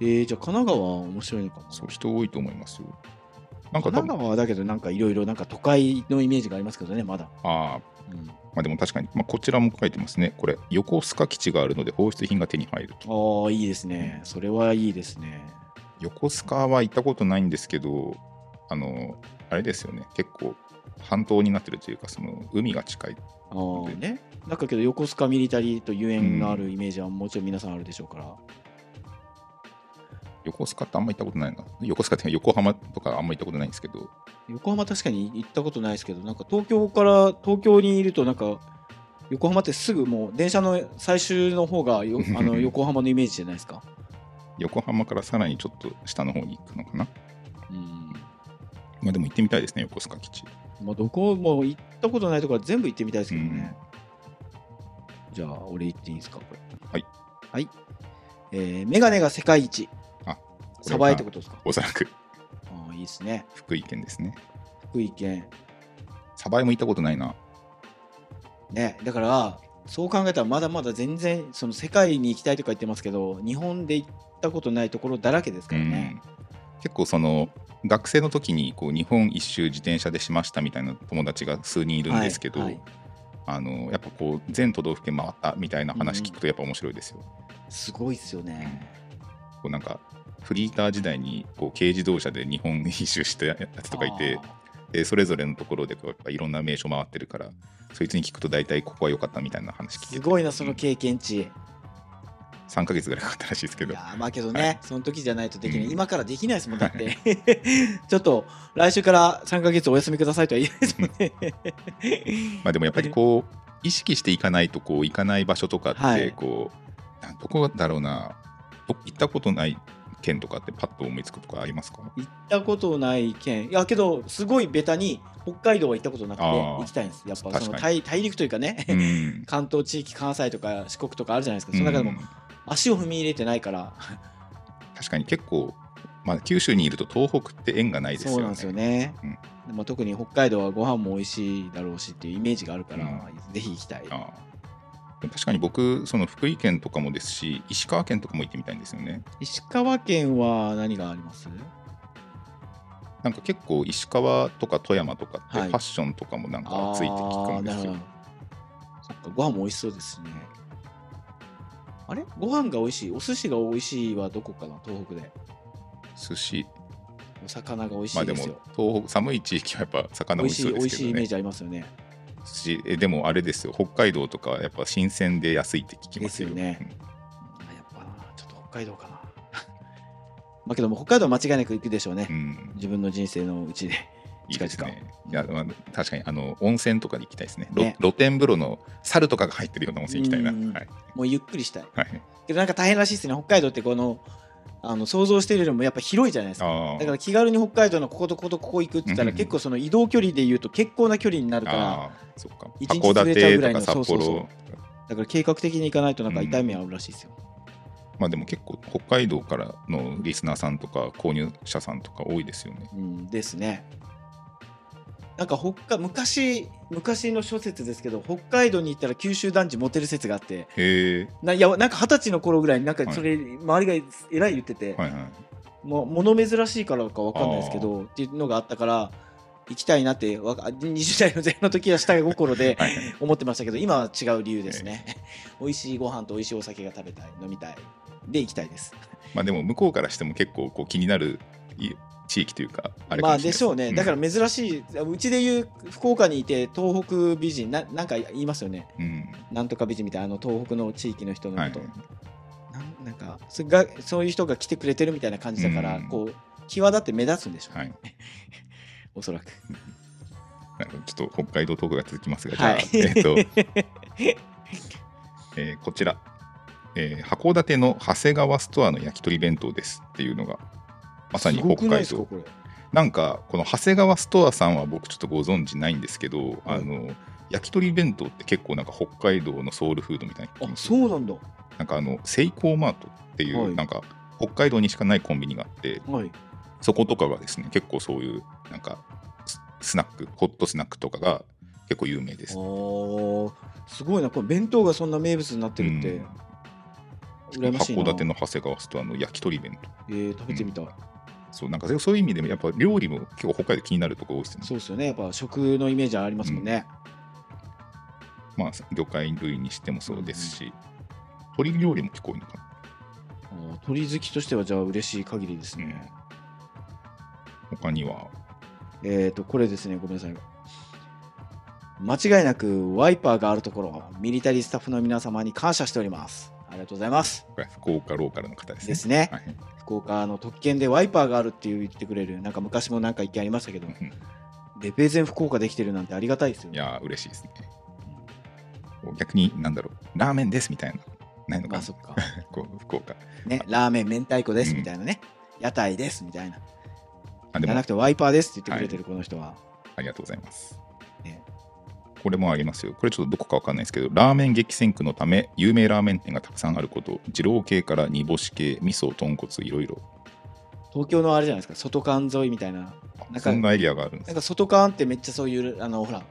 えー、じゃあ神奈川は面白いのかも
そう人多いと思いますよ。なんか
神
多
奈
分
川はだけどなんかいろいろなんか都会のイメージがありますけどねまだ、
あー
うん、あ
まあ、でも確かに、まあ、こちらも書いてますねこれ横須賀基地があるので放出品が手に入ると
あいいですねそれはいいですね
横須賀は行ったことないんですけどあのあれですよね結構半島になってるというかその海が近い
ああねなんかけど横須賀ミリタリーと遊園があるイメージはもちろん皆さんあるでしょうから、
横須賀ってあんま行ったことないな横須賀っていうか横浜とかあんま行ったことないんですけど
横浜確かに行ったことないですけどなんか東京から東京にいるとなんか横浜ってすぐもう電車の最終の方がよあ の横浜のイメージじゃないですか
横浜からさらにちょっと下の方に行くのかな
うん
まあでも行ってみたいですね横須賀基地
まあどこも行ったことないところは全部行ってみたいですけどね、じゃあ俺行っていいですかこれ
はい
はいえー、メガネが世界一
あ
サバエってことですか
おそらく
ああいいですね
福井県ですね
福井県
鯖江も行ったことないな
ねだからそう考えたらまだまだ全然その世界に行きたいとか言ってますけど日本で行ったことないところだらけですからね、
うん、結構その学生の時にこう日本一周自転車でしましたみたいな友達が数人いるんですけど、
はいはい
あのやっぱこう全都道府県回ったみたいな話聞くとやっぱ面白いですよ。
すごいっすよね、
こうなんかフリーター時代にこう軽自動車で日本一周したやつとかいてでそれぞれのところでこうやっぱいろんな名所回ってるからそいつに聞くと大体ここは良かったみたいな話聞け
す
て
ごいなその経験値、
3ヶ月ぐらいかかったらしいですけ
い
ど
やーまあけどね、
は
その時じゃないとできない、
うん
今からできないですもんだって ちょっと来週から3ヶ月お休みくださいとは言えないですもんね
まあでもやっぱりこう意識していかないとこう行かない場所とかっ
は
て
い
こう、なんどこだろうなど行ったことない県とかってパッと思いつくとかありますか
行ったことない県いやけどすごいベタに北海道は行ったことなくて
あー
行きたいんですやっ
確
ぱ
かに
その大大陸というかね、
うん
関東地域関西とか四国とかあるじゃないですかその中で
う
も
ん
足を踏み入れてないから、
確かに結構、まあ、九州にいると東北って縁がないですよね。
そうなんですよね、
うん
でも特に北海道はご飯も美味しいだろうしっていうイメージがあるから、
う
ぜひ行きたい
ああ確かに僕その福井県とかもですし石川県とかも行ってみたいんですよね。
石川県は何があります
なんか結構石川とか富山とかってフ
はい
ァッションとかもなんかついて聞くんですよ。
あーなるほどそっかご飯も美味しそうですねあれご飯が美味しいお寿司が美味しいはどこかな東北で
寿司
お魚が美味し
まあ
い
で
で
も
すよ、
東北寒い地域はやっぱ魚
美味
美味し
し
そ
いう美
で
味
す
しい
け
イ
ど
メー
ね。
ジありますよね
寿司えでもあれですよ北海道とかはやっぱ新鮮で安いって聞きますよ
ですよね
うん
あやっぱなちょっと北海道かな まあけども北海道は間違いなく行くでしょうね、
うん
自分の人生のうちで
いいです
近
ね。いや、まあ、確かにあの温泉とかに行きたいですねろ
ね
露天風呂の猿とかが入ってるような温泉行きたいな。
うん
はい。
もうゆっくりしたい。
はい。
けどなんか大変らしいですね。北海道ってこの、あの想像してるよりもやっぱ広いじゃないですか。
あ
だか
ー
ら気軽に北海道のこことこことここ行くって言った
うん
ら
うん
結構その移動距離で言うと結構な距離になるから、
あー、そっか。
一日
函
潰れちゃう
館
ぐらい
と
の
か札幌。
そうそうそうだから計画的に行かないとなんか痛い目あうらしいですよ。
まあでも結構北海道からのリスナーさんとか購入者さんとか多いですよね。
うんですね。なんか北海昔昔の諸説ですけど北海道に行ったら九州男児モテる説があって
へえ。
ないやなんか二十歳の頃ぐらいになんかそれ周りがえらい言ってて、
はいはい。
もう物珍しいからかわかんないですけどっていうのがあったから行きたいなってわか20代の前半の時は下心で
はい
思ってましたけど今は違う理由ですね 美味しいご飯と美味しいお酒が食べたい飲みたいで行きたいです
まあでも向こうからしても結構こう気になるい地域というかあれか
まあ
もれない
でしょうね、だから珍しいうちでいう福岡にいて東北美人ななんか言いますよね
うん、うん
なんとか美人みたいなあの東北の地域の人のこと、
はい
なんなんかそがそういう人が来てくれてるみたいな感じだから、
うん
こう際立って目立つんでしょうね、
はい。
おそらく
なんかちょっと北海道トークが続きますが、じゃあ、
はい
えっ、と、 えーこちら、えー函館の長谷川ストアの焼き鳥弁当ですっていうのが、まさに
すごく
北
ない
海
ですか
道。
これ
なんか、この長谷川ストアさんは僕ちょっとご存知ないんですけど、あの、焼き鳥弁当って結構なんか北海道のソウルフードみたいな。
あそうなんだ。
なんかあの、セイコーマートっていう、
はい
なんか、北海道にしかないコンビニがあって、
はい。
そことかがですね、結構そういう、なんか、ススナック、ホットスナックとかが結構有名です。
ああ、すごいな。これ弁当がそんな名物になってるって、
うん
羨ましいな。
函館の長谷川ストアの焼き鳥弁当
えー食べてみたい。
そうなんかそうそういう意味でもやっぱ料理も結構北海道気になるとこ多いですよね
そうですよね。やっぱ食のイメージありますもんね。
まあ魚介類にしてもそうですし、鳥料理も結構多いのかな
あー鳥好きとしてはじゃあ嬉しい限りですね。
他には
えっ、とこれですね。ごめんなさい。間違いなくワイパーがあるところ、ミリタリースタッフの皆様に感謝しております。ありがとうございます。
これは福岡ローカルの方ですね
ですね
はい
福岡の特権でワイパーがあるって言ってくれる、なんか昔もなんか意見ありましたけど、レペゼン福岡できてるなんてありがたいですよ
い
ね。
やー嬉しいですね逆になんだろうラーメンですみたいなないの
ま
かな
あそっか。
こう福岡
ね、ラーメン明太子ですみたいなね、屋台ですみたいな、
あで
じゃ
も
なくてワイパーですって言ってくれてるこの人は、
ありがとうございます。
ね
これもありますよ。これちょっとどこかわかんないですけど、ラーメン激戦区のため、有名ラーメン店がたくさんあること、二郎系から煮干し系、味噌、豚骨、いろいろ。
東京のあれじゃないですか、外観沿いみたいな、
あ
なんか
そんなエリアがあるんで
な
す
んか外観ってめっちゃそういう、あのほら、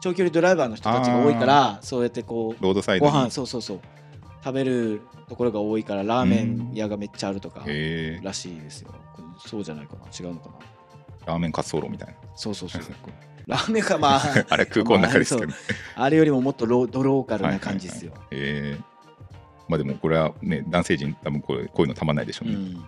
長距離ドライバーの人たちが多いから、そうやってこう、
ロードサイド
ご
に。
飯そうそうそう、食べるところが多いから、ラーメン屋がめっちゃあるとか、
へー
らしいですよ、これそうじゃないかな、違うのかな。
ラーメン滑走路みたい
そうそうそう
な。
ラーメンかまあ
あれ空港の中ですけど、
まあそうあれよりももっとロードローカル
はい
な感じですよ、
はいはいへーまあでもこれはね、男性陣、多分こうこういうのたまんないでしょう
う
ね。
ん、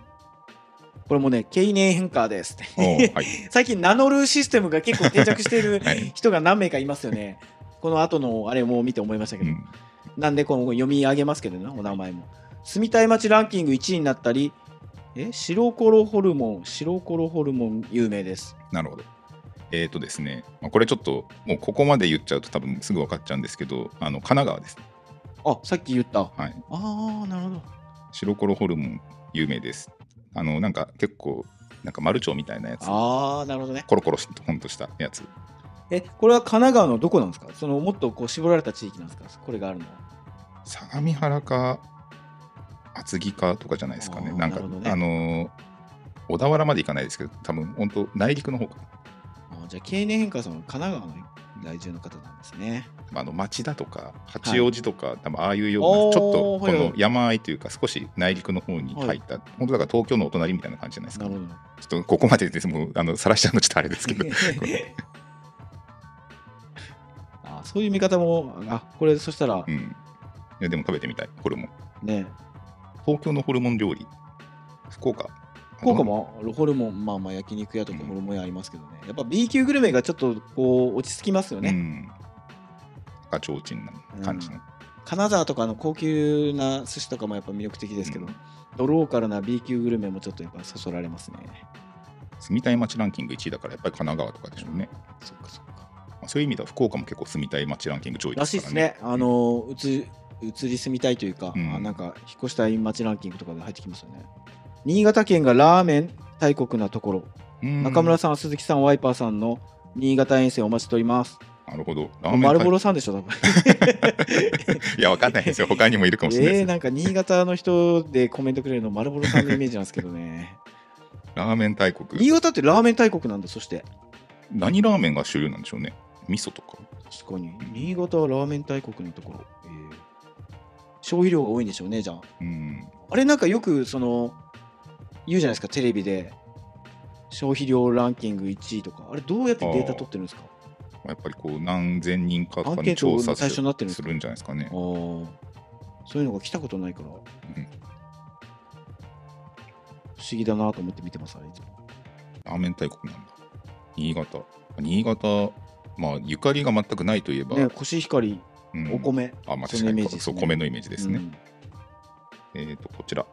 これもね経年変化ですって
おーはい、
最近名乗るシステムが結構定着している
はい
人が何名かいますよね。この後のあれも見て思いましたけ
う
ど、
ん
なんでこの読み上げますけどね、お名前も。住みたい街ランキング1位になったり、え白コロホルモン、白コロホルモン有名です。
なるほど。えっ、とですね、まあ、これちょっと、もうここまで言っちゃうと多分すぐ分かっちゃうんですけど、あの神奈川ですね。
あさっき言った。あ
はい、
あ、なるほど。
白黒ホルモン有名です。あのなんか結構なんかマルチョウみたいなやつ、
ああ、なるほどね。
コロコロしほんとしたやつ。
え、これは神奈川のどこなんですかそのもっとこう絞られた地域なんですかこれがあるのは。
相模原か厚木かとかじゃないですかね。
あー
なんか
なるほどね
あのー小田原まで行かないですけど、多分本当内陸の方かな。
あじゃあ経年変化さんは神奈川の在住の方なんですね。
まああの町田とか八王子とか、多分ああいうよう
おー
なちょっとこ
はいはい
の山あいというか少し内陸の方に入った、本当だから東京のお隣みたいな感じじゃないです
な
か、
るほど。
ちょっとここまでですもうあの晒しちゃうのちょっとあれですけど
あそういう見方も、あこれ、そしたら
う、んいやでも食べてみたいこれも
ね、
東京のホルモン料理福岡
福岡もホルモン、まあまあ焼肉屋とか
うん
ホルモン屋ありますけどね、やっぱ B 級グルメがちょっとこう落ち着きますよ
う
ね。
ん赤ちょうちんな感じの、
金沢とかの高級な寿司とかもやっぱ魅力的ですけど、
うん
ドローカルな B 級グルメもちょっとやっぱそそられますね。
住みたい街ランキング1位だからやっぱり神奈川とかでしょうね。
そっかそっか。
まあそういう意味では福岡も結構住みたい街ランキング上位
ら
で
しいで
すか
す
ら
ね
ね。。
あの移移り住みたいというか、
うん
あなんか引っ越したい街ランキングとかで入ってきますよね。新潟県がラーメン大国なところ。
うん
中村さん、鈴木さん、ワイパーさんの新潟遠征お待ちしております。
なるほど。ラーメン
丸ボロさんでしょ、多分。
いや、わかんないですよ。他にもいるかもしれない
え
です
ー、
ね。
なんか新潟の人でコメントくれるの丸ボロさんのイメージなんですけど ね。
ラーメン大国
新。潟ってラーメン大国なんだ、そして。
何ラーメンが主流なんでしょうね。味噌とか。
確かに。新潟はラーメン大国のところ。えー消費量が多いんでしょうね、じゃあ。
うん。
あれなんかよくその言うじゃないですかテレビで消費量ランキング1位とかあれどうやってデータ取ってるんですか
やっぱりこう、何千人かと
ア
か
ンケ
に
ート
調
の
査
最初になってるんです
す
か
るんじゃないですかね
ああ。そういうのが来たことないから、
ん
不思議だなと思って見てますあれいつも
ラーメン大国なんだ。新潟。新潟、まあ、ゆかりが全くないといえば、
ねコシヒカリ
うん
お米、
あ、まあ、
そ
確
の
か
イメー
に
ジです
そ
ね
う、米のイメージですね。
うん
えー、とこちら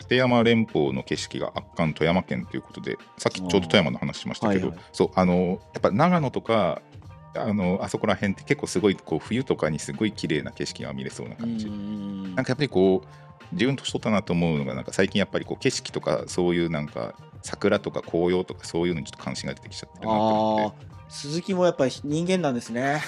立山連峰の景色が圧巻富山県ということでさっきちょうど富山の話しましたけど、
はいはい
そうあのやっぱ長野とかあのあそこら辺って結構すごいこう冬とかにすごい綺麗な景色が見れそうな感じ、
うん
なんかやっぱりこう自分年取ったなと思うのがなんか最近やっぱりこう景色とかそういうなんか桜とか紅葉とかそういうのにちょっと関心が出てきちゃってるなと思
あ
って
あ鈴木もやっぱり人間なんです ね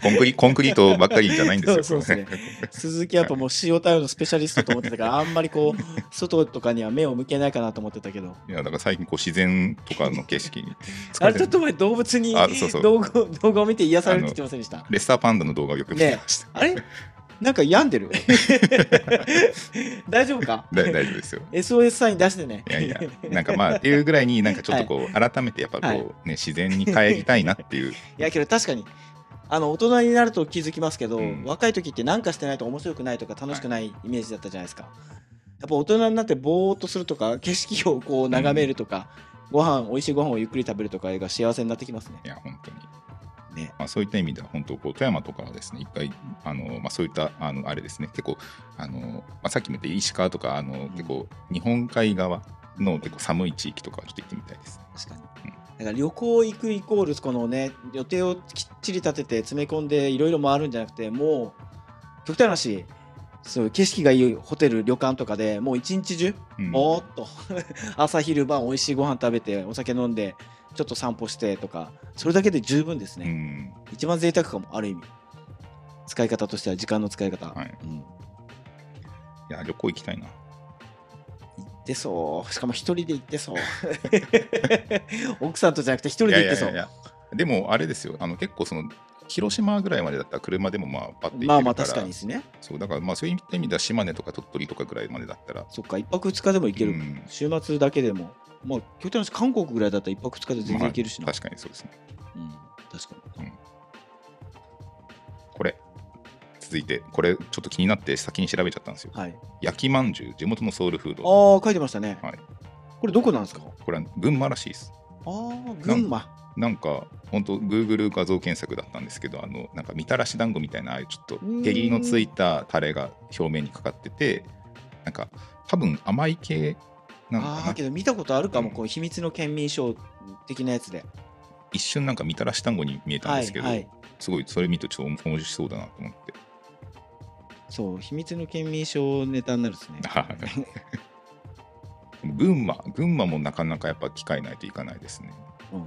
コンクリコンクリートばっかりじゃないんですよ
そうそうです鈴木はやっぱもう塩対応のスペシャリストと思ってたからあんまりこ う外とかには目を向けないかなと思ってたけど
いやだから最近こう自然とかの景色に
あれちょっと前動物に
あそうそう
動画を動画を見て癒されるって言ってませんでした
レッサーパンダの動画をよく見てました、
あ れなんか病んでる大丈夫か
だ大丈夫ですよ
?SOS サイン出してね
いや いや、なんかまあ、っていうぐらいになんかちょっとこう、改めてやっぱこう、
はい
ね、自然に帰りたいなっていう、
いやけど確かにあの大人になると気づきますけど、
うん
若い時って何かしてないと面白くないとか楽しくないイメージだったじゃないですか、やっぱ大人になってぼーっとするとか景色をこう眺めるとか、ご飯美味しいご飯をゆっくり食べるとかが幸せになってきますね
いや、本当に。
ね
まあ、そういった意味では、本当こう、富山とかはですね、一回、あの、まあ、そういった、あの、あれですね、結構、あの、まあ、さっきも言った石川とか、あの、結構、日本海側の結構寒い地域とかはちょっと行ってみたいです。
確かに
うん
だから旅行行くイコールこのね予定をきっちり立てて詰め込んでいろいろ回るんじゃなくてもう極端な話そういう景色がいいホテル旅館とかでもう一日中
うん
おーっと 朝昼晩美味しいご飯食べてお酒飲んでちょっと散歩してとかそれだけで十分です
う
ね、
ん。
一番贅沢かもある意味使い方としては時間の使い方、
はい
うん、
いや、旅行行きたいな。
行ってそうしかも一人で行ってそう 奥さんとじゃなくて一人で行ってそう
いやいやいやでも、あれですよ、あの、結構その、広島ぐらいまでだったら車でもまあパッて行けるから
まあまあ確かにですね
そうだからまあそういった意味では島根とか鳥取とかぐらいまでだったら
そっか一泊二日でも行ける、
うん
週末だけでもまあ極端な話韓国ぐらいだったら一泊二日で全然行けるしな、
まあ確かにそうですね
うん、確かに、
これ続いてこれちょっと気になって先に調べちゃったんですよ
はい
焼きまんじゅう地元のソウルフード
ああ書いてましたね、
はい
これどこなんですか
これは群馬らしいです
ああ群馬
なんか本当 Google 画像検索だったんですけどあのなんかみたらし団子みたいなああいうちょっと照りのついたタレが表面にかかっててなんか多分甘い系なんか
ああ
な
ーけど見たことあるかも、
うん
こう秘密の県民賞的なやつで
一瞬なんかみたらし団子に見えたん
は
です
い
けど、
はい
すごいそれ見るとちょっと面白そうだなと思って
そう秘密の県民賞ネタになるですね
でも群馬群馬もなかなかやっぱ機会ないといかないですね
うん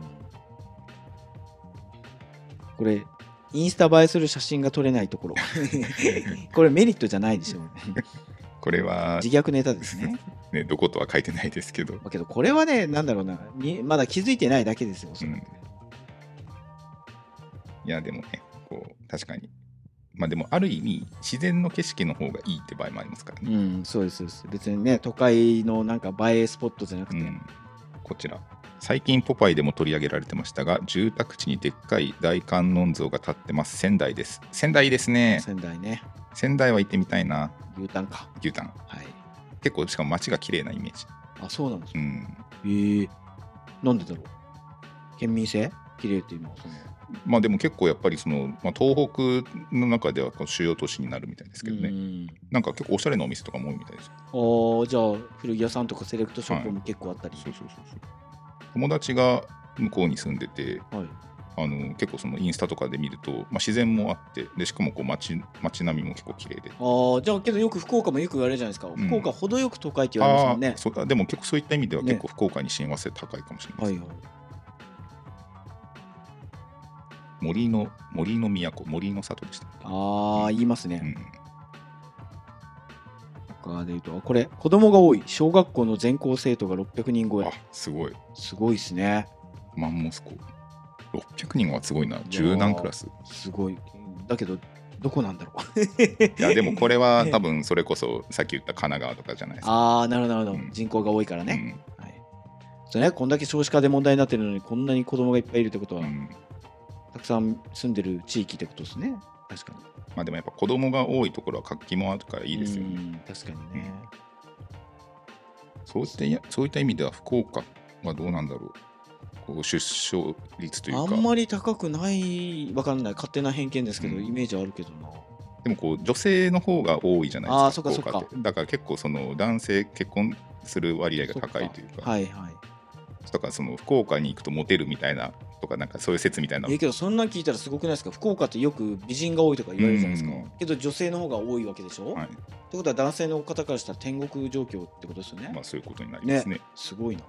これインスタ映えする写真が撮れないとこ ろこれメリットじゃないでしょうね
これは
自、虐ネタですね
ね、どことは書いてないですけど、
まあけどこれはね、なんだろうな、にまだ気づいてないだけですよ、お
う
そらく
ん、いやでもねこう確かにまあでもある意味自然の景色の方がいいって場合もありますから
う
ね、
ん、そうです、そうです。別にね、都会のなんか映えスポットじゃなく
う
て、
ん、こちら最近ポパイでも取り上げられてましたが住宅地にでっかい大観音像が建ってます仙台です仙台いいですね
仙台ね、
仙台は行ってみたいな
牛タンか。
牛タン
はい。
結構しかも街が綺麗なイメージ
あ、そうなんです
う
ね。
ん
へえなんでだろう。県民性綺麗っていうのは、その、
まあでも結構やっぱりその、まあ、東北の中ではこう主要都市になるみたいですけどね、
うん
なんか結構おしゃれなお店とかも多いみたいですよ
あーじゃあ古着屋さんとかセレクトショップも結構あったり、
そうそうそうそう友達が向こうに住んでて
はい
あの結構そのインスタとかで見ると、まあ、自然もあってでしかもこう街街並みも結構綺麗で
あーじゃあけどよく福岡もよく言われるじゃないですか、
ん
福岡程よく都会って言われますもん
あ
ね
ーそうあでも結構そういった意味では
ね
結構福岡に親和性高いかもしれないです、
はいはい
森の森の都森の里でした、
ああ言います
う
ね、
ん、
福岡で言うとあこれ子供が多い小学校の全校生徒が600人超え
あすごい
すごいですね
マンモス校600人はすごいな十何クラス
すごいだけどどこなんだろ
いうやでもこれは
ね
多分それこそさっき言った神奈川とかじゃないです か
ああなるほどなるほど、
うん
人口が多いから
う
ね、
ん
はいそうねこんだけ少子化で問題になってるのにこんなに子供がいっぱいいるってことは、
うん
たくさん住んでる地域ってことですね確かに
まあでもやっぱ子供が多いところは活気もあるからいいですよね
うん確かにね、
そういったいやそういった意味では福岡はどうなんだろうこう出生率という
あ
か
んまり高くないわからない勝手な偏見ですけど、
うん
イメージあるけどな
でもこう女性の方が多いじゃないですか
あーそっかそっか
福岡てだから結構その男性結婚する割合が高いというか
はいはい
だからその福岡に行くとモテるみたいなとかなんかそういう説みたいな
ええけどそんなん聞いたらすごくないですか福岡ってよく美人が多いとか言われるじゃないですか、
うん
けど女性の方が多いわけでしょ、
は
っ
い
てことは男性の方からしたら天国状況ってことですよね、
まあ、そういうことになりますね
すごいな、
い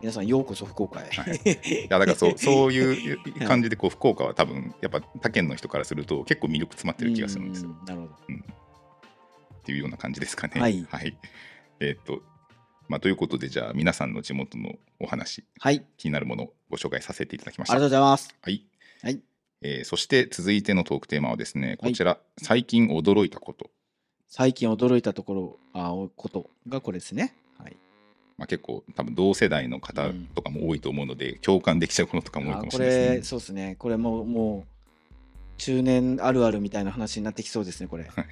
皆さんようこそ福岡へ、
はいいやだからそ うそういう感じでこう福岡は多分やっぱ他県の人からすると結構魅力詰まってる気がするんです よ
うんなるほど
っていうような感じですかね。
はい
えーっとまあ、ということでじゃあ皆さんの地元のお話
はいあり
気になるものをご紹介させていただきまし
がとう
た。
ございます
はい
はい
えーそして続いてのトークテーマはですねこちら、最近驚いたこと、
最近驚いたところあおことがこれですねはい
まあ、結構多分同世代の方とかも多いと思うので、共感できちゃうこととかも多い
あ
かもし
こ
れない
れ
ですね。
そうですねこれもうもう中年あるあるみたいな話になってきそうですねこれ、
はい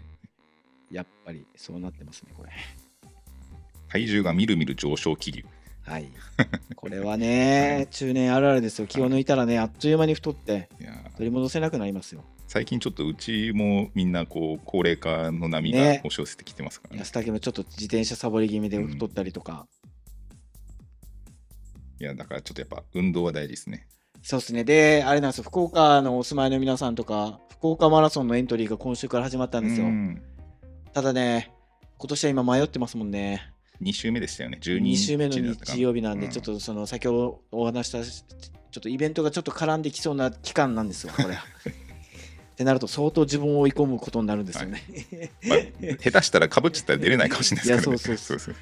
やっぱりそうなってますねこれ
体重がみるみる上昇気流
はいこれはね中年あるあるですよ気を抜いたらねあっという間に太って
いやー
取り戻せなくなりますよ
最近ちょっとうちもみんなこう高齢化の波が
ね
押し寄せてきてますからね
安武もちょっと自転車サボり気味で
うん
太ったりとか、
いやだからちょっとやっぱ運動は大事ですね
そうですねであれなんですよ福岡のお住まいの皆さんとか福岡マラソンのエントリーが今週から始まったんですよ、
うん
ただね今年は今迷ってますもんね
2週目でしたよね12
2週目の
だったか
日曜日なんで、
うん
ちょっとその先ほどお話ししたしちょっとイベントがちょっと絡んできそうな期間なんですよ、 これ。ってなると、相当自分を追い込むことになるんですよね。
まあ下手したらかぶっちゃったら出れないかもしれないですか
い
らね
やそうそう
そう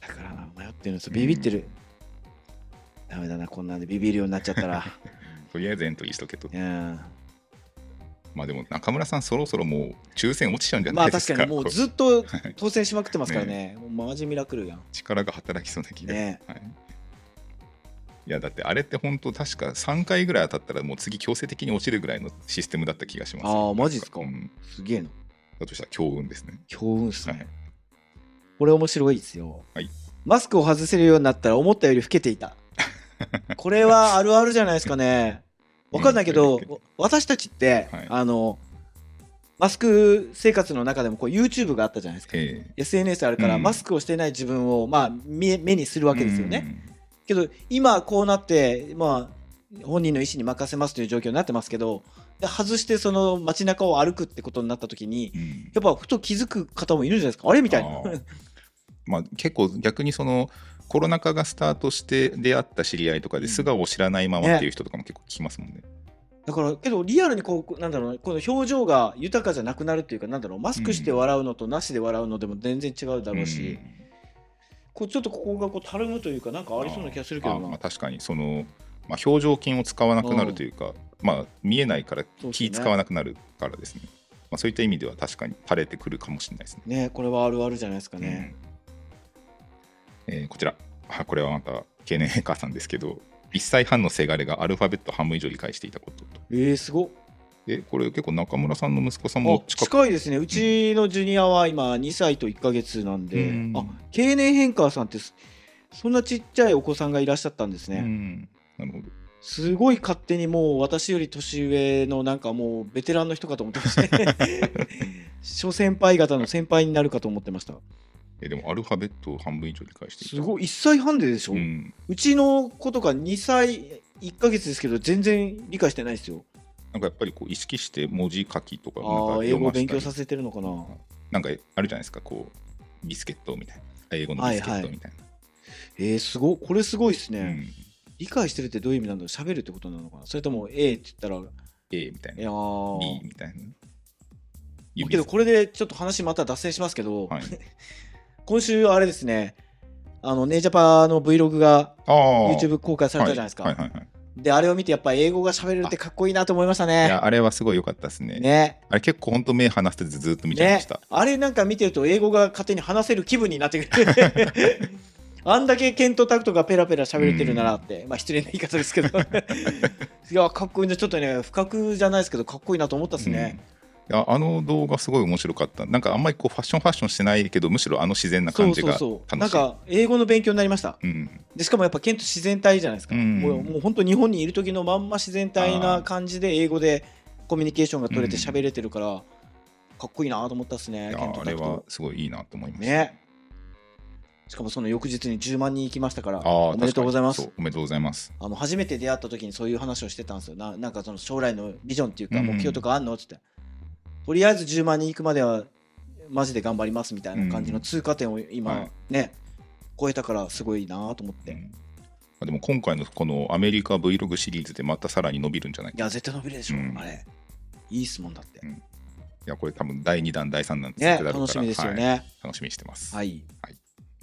だからな迷ってるんですよ、ビビってる。ダメだな、こんなんでビビるようになっちゃった ら。
とりあえずエントリーしとけと
うん
まあでも中村さんそろそろもう抽選落ちちゃうんじゃ
ま
な
あ
いで
確
すか、
かにもうずっと当選しまくってますから ね、もうマジミラクルやん。
力が働きそうな気が、
ね
はい、いやだってあれって本当確か3回ぐらい当たったらもう次強制的に落ちるぐらいのシステムだった気がします
あーマジっすか
うん
すげえな。
だとしたら強運ですね
強運っすね。
はい
これ面白いですよ、
はい
マスクを外せるようになったら思ったより老けてい たこれはあるあるじゃないですかねわかんないけど、
うん
わ私たちって、
はい
あのマスク生活の中でもこう YouTube があったじゃないですか
ええ
SNS あるから、
うん
マスクをしてない自分を、まあ、見え目にするわけですよね、
うん
けど今こうなってまあ本人の意思に任せますという状況になってますけどで外してその街中を歩くってことになった時に
うん
やっぱふと気づく方もいるんじゃないですかあ れみたいな
あーまあ、結構逆にそのコロナ禍がスタートして出会った知り合いとかで素顔を知らないままっていう人とかも結構聞きますもんね。
だからけどリアルにこうなんだろうなこの表情が豊かじゃなくなるっていうかなんだろうマスクして笑うのとなしで笑うのでも全然違うだろうし、こうちょっとここがこうたるむというかなんか
うん
ありそうな気がするけど
あま
な
あ、確かにその、まあ、表情筋を使わなくなるというか、まあ、見えないから
そうですね
気使わなくなるからですね。まあ、そういった意味では確かに垂れてくるかもしれないですね。
ねこれはあるあるじゃないですかね、
うんえーこちらあこれはまた経年変化さんですけど1歳半のせがれがアルファベット半分以上理解していたことと
えー、すごっ
でこれ結構中村さんの息子さんも
あ
近く
近いですねうちのジュニアは今2歳と1ヶ月なんで、
うん
あ経年変化さんってそそんなちっちゃいお子さんがいらっしゃったんですね、
うん、なるほど。
すごい勝手にもう私より年上のなんかもうベテランの人かと思ってました ね。諸先輩方の先輩になるかと思ってました。
えでもアルファベットを半分以上理解していた
すごい1歳半ででしょ、う
うん、
ちの子とか2歳1ヶ月ですけど全然理解してないですよ。
なんかやっぱりこう意識して文字書きとかなん
あ
か
あ英
読
語を
ませ
勉
たり
強させてるのかな。
なんかあるじゃないですかこうビスケットみたいな英語のビスケットみたいな、
えー、すごいこれすごいですね、
うん、
理解してるってどういう意味なんだろう喋るってことなのかなそれとも A って言ったら
A みたい
い
な
やー
B みたいな
けどこれでちょっと話また脱線しますけど、
はい
今週あれですねあのネイジャパの Vlog が
ああ
YouTube 公開されたじゃないですか、
はいはいはいはい
であれを見てやっぱ英語が喋れるってかっこいいなと思いました
いや
ね
あれはすごい良かったですね
ね
あれ結構ほんと目離してずずっと見ちゃいま
ね
した、
あれなんか見てると英語が勝手に話せる気分になってく るあんだけケント・タクトがペラペラ喋れてるならって、まあ失礼な言い方ですけ どいやかっこいいなちょっとね不覚じゃないですけどかっこいいなと思ったですね、
うんいやあの動画すごい面白かったなんかあんまりこうファッションファッションしてないけどむしろあの自然な感じが楽しい
なんか英語の勉強になりました
うん、
でしかもやっぱケント自然体じゃないですか、
うん
もうもう本当日本にいる時のまんま自然体な感じで英語でコミュニケーションが取れて
うん
喋れてるから、かっこいいなと思ったっすね
いや
ケント
あれ
タク
は
ト
すごいいいなと思いました
ねしかもその翌日に10万人行きましたから
ああ
おめでとうございま
確
す
かにそうおめでとうございます
あの初めて出会った時にそういう話をしてたんですよななんかその将来のビジョンっていう
う
か
ん
目標とかあんのっつって、とりあえず10万人行くまではマジで頑張りますみたいな感じの通過点を今、
はい
ね超えたからすごいなと思って、
う
い
んまあでも今回のこのアメリカ Vlog シリーズでまたさらに伸びるんじゃないか
や絶対伸びるでしょ、
うん
あれいいっすもんだって
いやこれ多分第2弾第3弾
ね
続くだろう
楽
か
し
ら
みですよ
はい
ね
楽しみにしてます、
はい、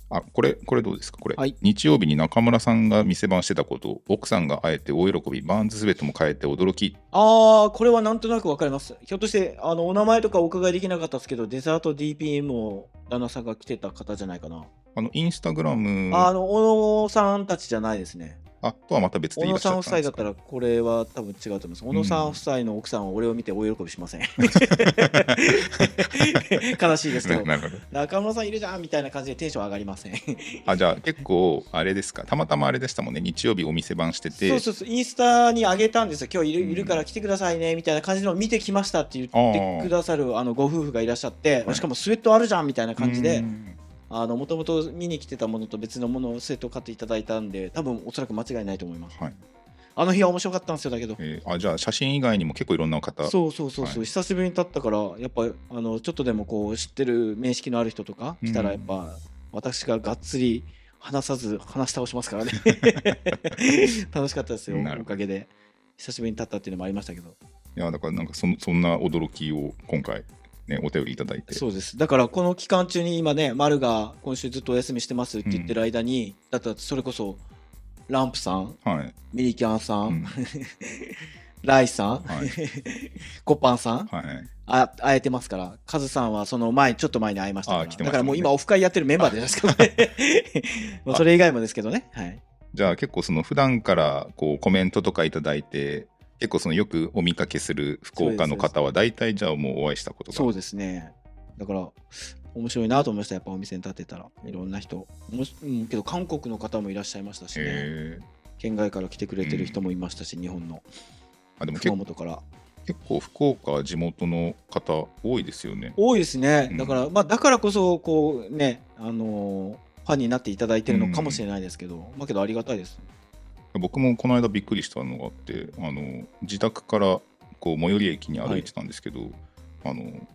あこれこれどうですかこれ、
はい
日曜日に中村さんが店番してたこと奥さんが会えて大喜びバーンズスベットも変えて驚き
ああこれはなんとなくわかりますひょっとしてあのお名前とかお伺いできなかったですけどデザート DPM を旦那さんが来てた方じゃないかな、
あのインスタグラム
あ
あ
の小野さんたちじゃないですね
とはまた別で
小野
いらっしゃ
さん
っ
夫
たん
妻
で
だっ
すか
たらこれは多分違うと思います。小野さん夫妻の奥さんは俺を見て大喜びし ません。悲しいですけど。
なるほど
中村さんいるじゃんみたいな感じでテンション上がりません。
あじゃあ結構あれですかたまたまあれでしたもんね日曜日お店番してて
そうそうそう、インスタに上げたんですよ。今日いる,、
うん
いるから来てくださいねみたいな感じのを見てきましたって言ってくださるあのご夫婦がいらっしゃって、
はい
しかもスウェットあるじゃんみたいな感じ
う
で、
ん
もともと見に来てたものと別のものをスウェットを買っていただいたんで、多分おそらく間違いないと思います。
はい
あの日は面白かったんですよ、だけど。
えーあじゃあ写真以外にも結構いろんな方
そうそうそうそう、
はい
久しぶりに立ったからやっぱあのちょっとでもこう知ってる面識のある人とか来たら
うん
やっぱ、私ががっつり話さず話し倒します からね楽しかったですよ
なる
お
ほど
かげで久しぶりに立ったっていうのもありましたけど
いやだからなんかそんそんな驚きを今回、ね、お便りいただいて
そうですだからこの期間中に今ね丸が今週ずっとお休みしてますって言ってる間に、だったらそれこそランプさん
はい、
ミリキャンさん、
うん
ライさん、
はい
コッパンさん、
はい、
あ会えてますから、カズさんはその前、ちょっと前に会いましたから、
あ来てま
だ
したね
からもう今、オフ会やってるメンバーですけど ね、まあそれ以外もですけどね、はい、
じゃあ結構その普段からこうコメントとかいただいて結構そのよくお見かけする福岡の方は大体じゃあもうお会いしたことが
そうですね、だから面白いなと思いました、やっぱお店に立てたら、いろんな人、おもしうん、けど韓国の方もいらっしゃいましたしね、
へー
県外から来てくれてる人もいましたし、日本の
あでも結
熊
構
本から、
結構福岡は地元の方多いですよね。
多いですね
う、ん
だから、まあ、だからこそ、こうね、あのーファンになっていただいてるのかもしれないですけど、まあけどありがたいです。
僕もこの間びっくりしたのがあってあの自宅からこう最寄り駅に歩いてたんですけど、あの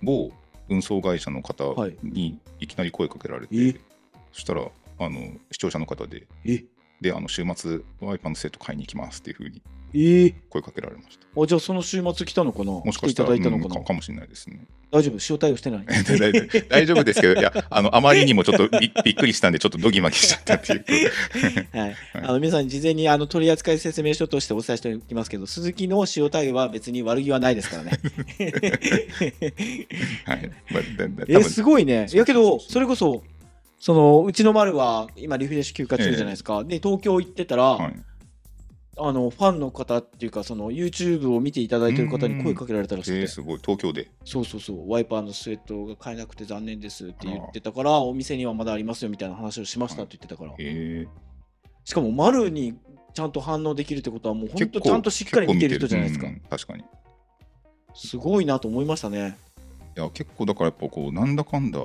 某運送会社の方
はい
にいきなり声かけられて、
え
そしたらあの視聴者の方で
え
であの週末ワイパーのセット買いに行きますっていうふうに
えー
声かけられました。
あじゃあその週末来たのかな
もしかしたら
来ていただいたの
うん
かな
かかもしれないですね。
大丈夫塩対応してない
大丈夫大丈夫ですけど、いや、あの、あまりにもちょっとび びっくりしたんで、ちょっとドギマギしちゃったっていう。
はい、あの皆さんに事前にあの取扱説明書としてお伝えしておきますけど鈴木の塩対応は別に悪気はないです からね
はい。まあだだ多
え
分
すごいね
そうそうそう
いやけどそれこそそのうちの丸は今リフレッシュ休暇中じゃないですか、で東京行ってたら、
はい
あのファンの方っていうかその YouTube を見ていただいてる方に声かけられたらしくて、
えーすごい、東京で。
そうそうそうワイパーのスウェットが買えなくて残念ですって言ってたからお店にはまだありますよみたいな話をしましたって言ってたから、
えー
しかも丸にちゃんと反応できるってことはもう本
結
当
構
ちゃんとしっかり見てる人じゃないですか、
結構見てるうん確かに。
すごいなと思いましたね
いや結構だからやっぱこうなんだかんだ、ま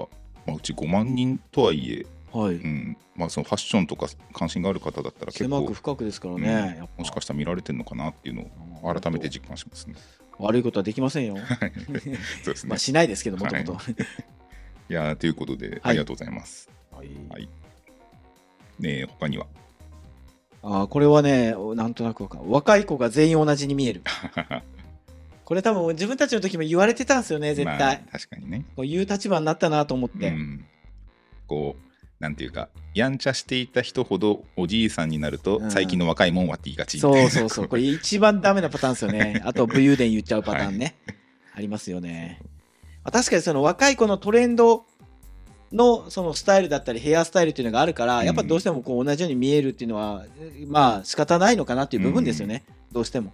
あ、うち5万人とはいえ、
はい、
うんまあ、そのファッションとか関心がある方だったら結
狭く
構
深くですからね、
うん
やっぱ
もしかしたら見られてるのかなっていうのを改めて実感 しますね。
悪いことはできませんよ
そうです
ま
ね
あしないですけどもともと
ははいやーということでありがとうございます。はいねえ他には
あーこれはねなんとなくわかる若い子が全員同じに見えるこれ多分自分たちの時も言われてたんですよね絶対、
まあ、確かにね。
こういう立場になったなと思って、
うん、こうなんていうかやんちゃしていた人ほどおじいさんになると
うん
最近の若いもんはって言いがちみたいな、
そうそうそう。これ一番ダメなパターンですよ ね。あと武勇伝言っちゃうパターンね。ありますよね。まあ確かにその若い子のトレンドのそのスタイルだったりヘアスタイルっていうのがあるから、
うん
やっぱどうしてもこう同じように見えるっていうのは、えまあ仕方ないのかなっていう部分ですよね。どうしても。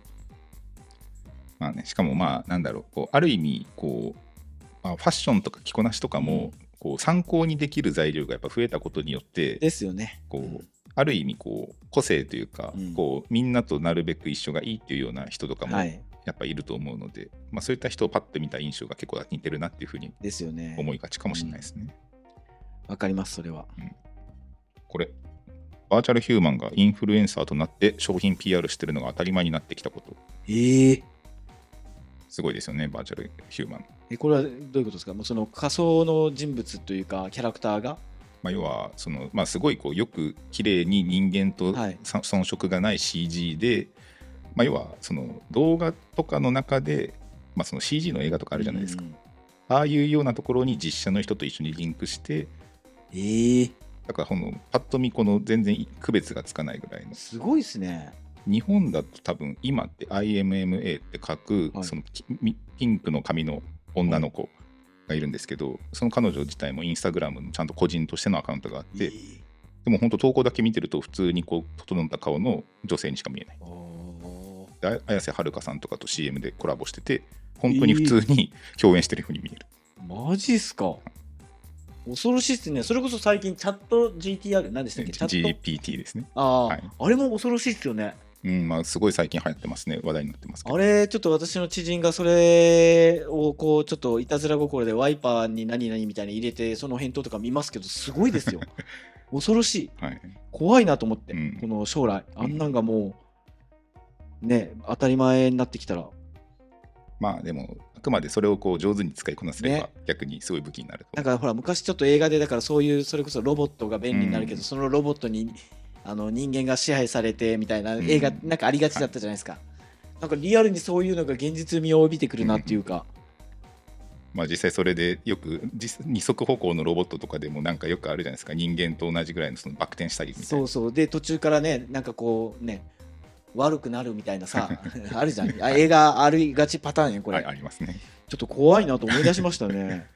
まあね、しかもまあなんだろうこうある意味こう、まあ、ファッションとか着こなしとかも、こう参考にできる材料がやっぱ増えたことによって
ですよね。
こ
うん
うある意味こう個性というか、
うん
こうみんなとなるべく一緒がいいっていうような人とかも
は
や
い。
っぱいると思うので、まあ、そういった人をパッと見た印象が結構似てるなっていうふうに
ですよね。
思いがちかもしれないですね。
わかります、それは。
これバーチャルヒューマンがインフルエンサーとなって商品 PR してるのが当たり前になってきたこと
ええ
すごいですよねバーチャルヒューマン、
えこれはどういうことですかもうその仮想の人物というかキャラクターが
まあ、要はその、まあ、すごいこうよく綺麗に人間と
はい
さ遜色がない CG で、まあ、要はその動画とかの中で、まあ、その CG の映画とかあるじゃないですか、
うん
ああいうようなところに実写の人と一緒にリンクして
ええ
だからこのパッと見この全然区別がつかないぐらいの
すごいですね。
日本だと多分今って IMMA って書く、
はい
そのきみピンクの髪の女の子がいるんですけど、その彼女自体もインスタグラムのちゃんと個人としてのアカウントがあって、
え
で
え
も本当投稿だけ見てると普通にこう整った顔の女性にしか見えない
おー
であ綾瀬はるかさんとかと CM でコラボしてて本当に普通に共演してるふうに見える、
マジっすか恐ろしいっすねそれこそ最近チャット GTR 何でしたっけチャット
GPT ですね、
あー、
はい
あれも恐ろしいっすよね
うんまあ、すごい最近流行ってますね話題になってますけど
あれちょっと私の知人がそれをこうちょっといたずら心でワイパーに何々みたいに入れてその返答とか見ますけどすごい ですよ恐ろしい
はい、
怖いなと思って、
うん
この将来あんなんがもうね当たり前になってきたら
まあでもあくまでそれをこう上手に使いこなせれば、
ね
逆にすごい武器になると
なんかほら昔ちょっと映画でだからそういうそれこそロボットが便利になるけど、
うん
そのロボットにあの人間が支配されてみたいな映画、
うん
なんかありがちだったじゃないですか、なんかリアルにそういうのが現実味を帯びてくるなっていうか、
まあ、実際それでよく実二足歩行のロボットとかでもなんかよくあるじゃないですか人間と同じぐらいのそのバク転したりみたいな
そうそうで途中からねなんかこうね悪くなるみたいなさあるじゃんあ映画ありがちパターンやこれ、
はいありますね
ちょっと怖いなと思い出しましたね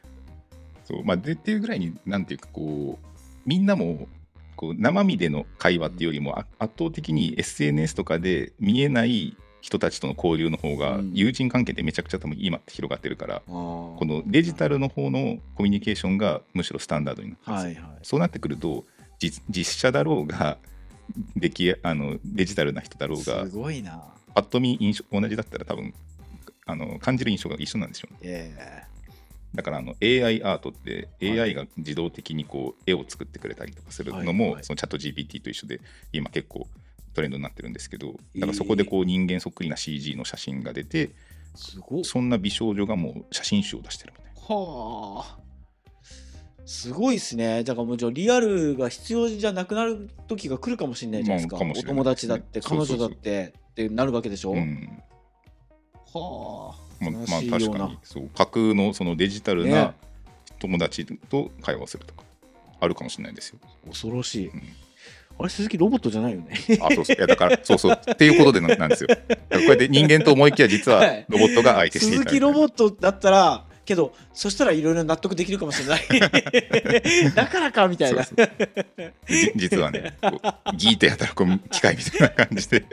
そう、まあ、でっていうぐらいになんていうかこうみんなもこう生身での会話っていうよりも、あ圧倒的に SNS とかで見えない人たちとの交流の方が
うん
友人関係ってめちゃくちゃ多分今って広がってるから、
あこ
このデジタルの方のコミュニケーションがむしろスタンダードになってます、
はいはい
そうなってくると実実写だろうができあのデジタルな人だろうが
すごいな
パッと見印象同じだったら多分あの感じる印象が一緒なんでしょうね
ええ
だからあの AI アートって
はい
AI が自動的にこう絵を作ってくれたりとかするの
はい
も、
はい
そのチャット GPT と一緒で今結構トレンドになってるんですけど
えー
だからそこでこう人間そっくりな CG の写真が出て
すごっ
そんな美少女がもう写真集を出してるみたいな
はあすごいですねだからもうじゃあリアルが必要じゃなくなる時が来るかもしれないじゃないですか,、
まあかもしれない
お友達だって
そ
彼
うそ
女
うそ
だ
う
ってってなるわけでしょ、
うん
はあ
まあ、ま
悲
あ
しい
確
よう
か
な
にそう架空のそのデジタル
ね
な友達と会話をするとかあるかもしれないですよ、
恐ろしい
うん
あれ鈴木ロボットじゃないよ ね
あ、そうそう。いや、だから、そうそう。っていうことでななんですよ。だからこうやって人間と思いきや、実
は
はいロボットが相手してい
鈴
た
木ロボットだったらけどそしたらいろいろ納得できるかもしれ ないだからかみたいな
そうそうじ 実はね、こうギーって働く機械みたいな感 じで。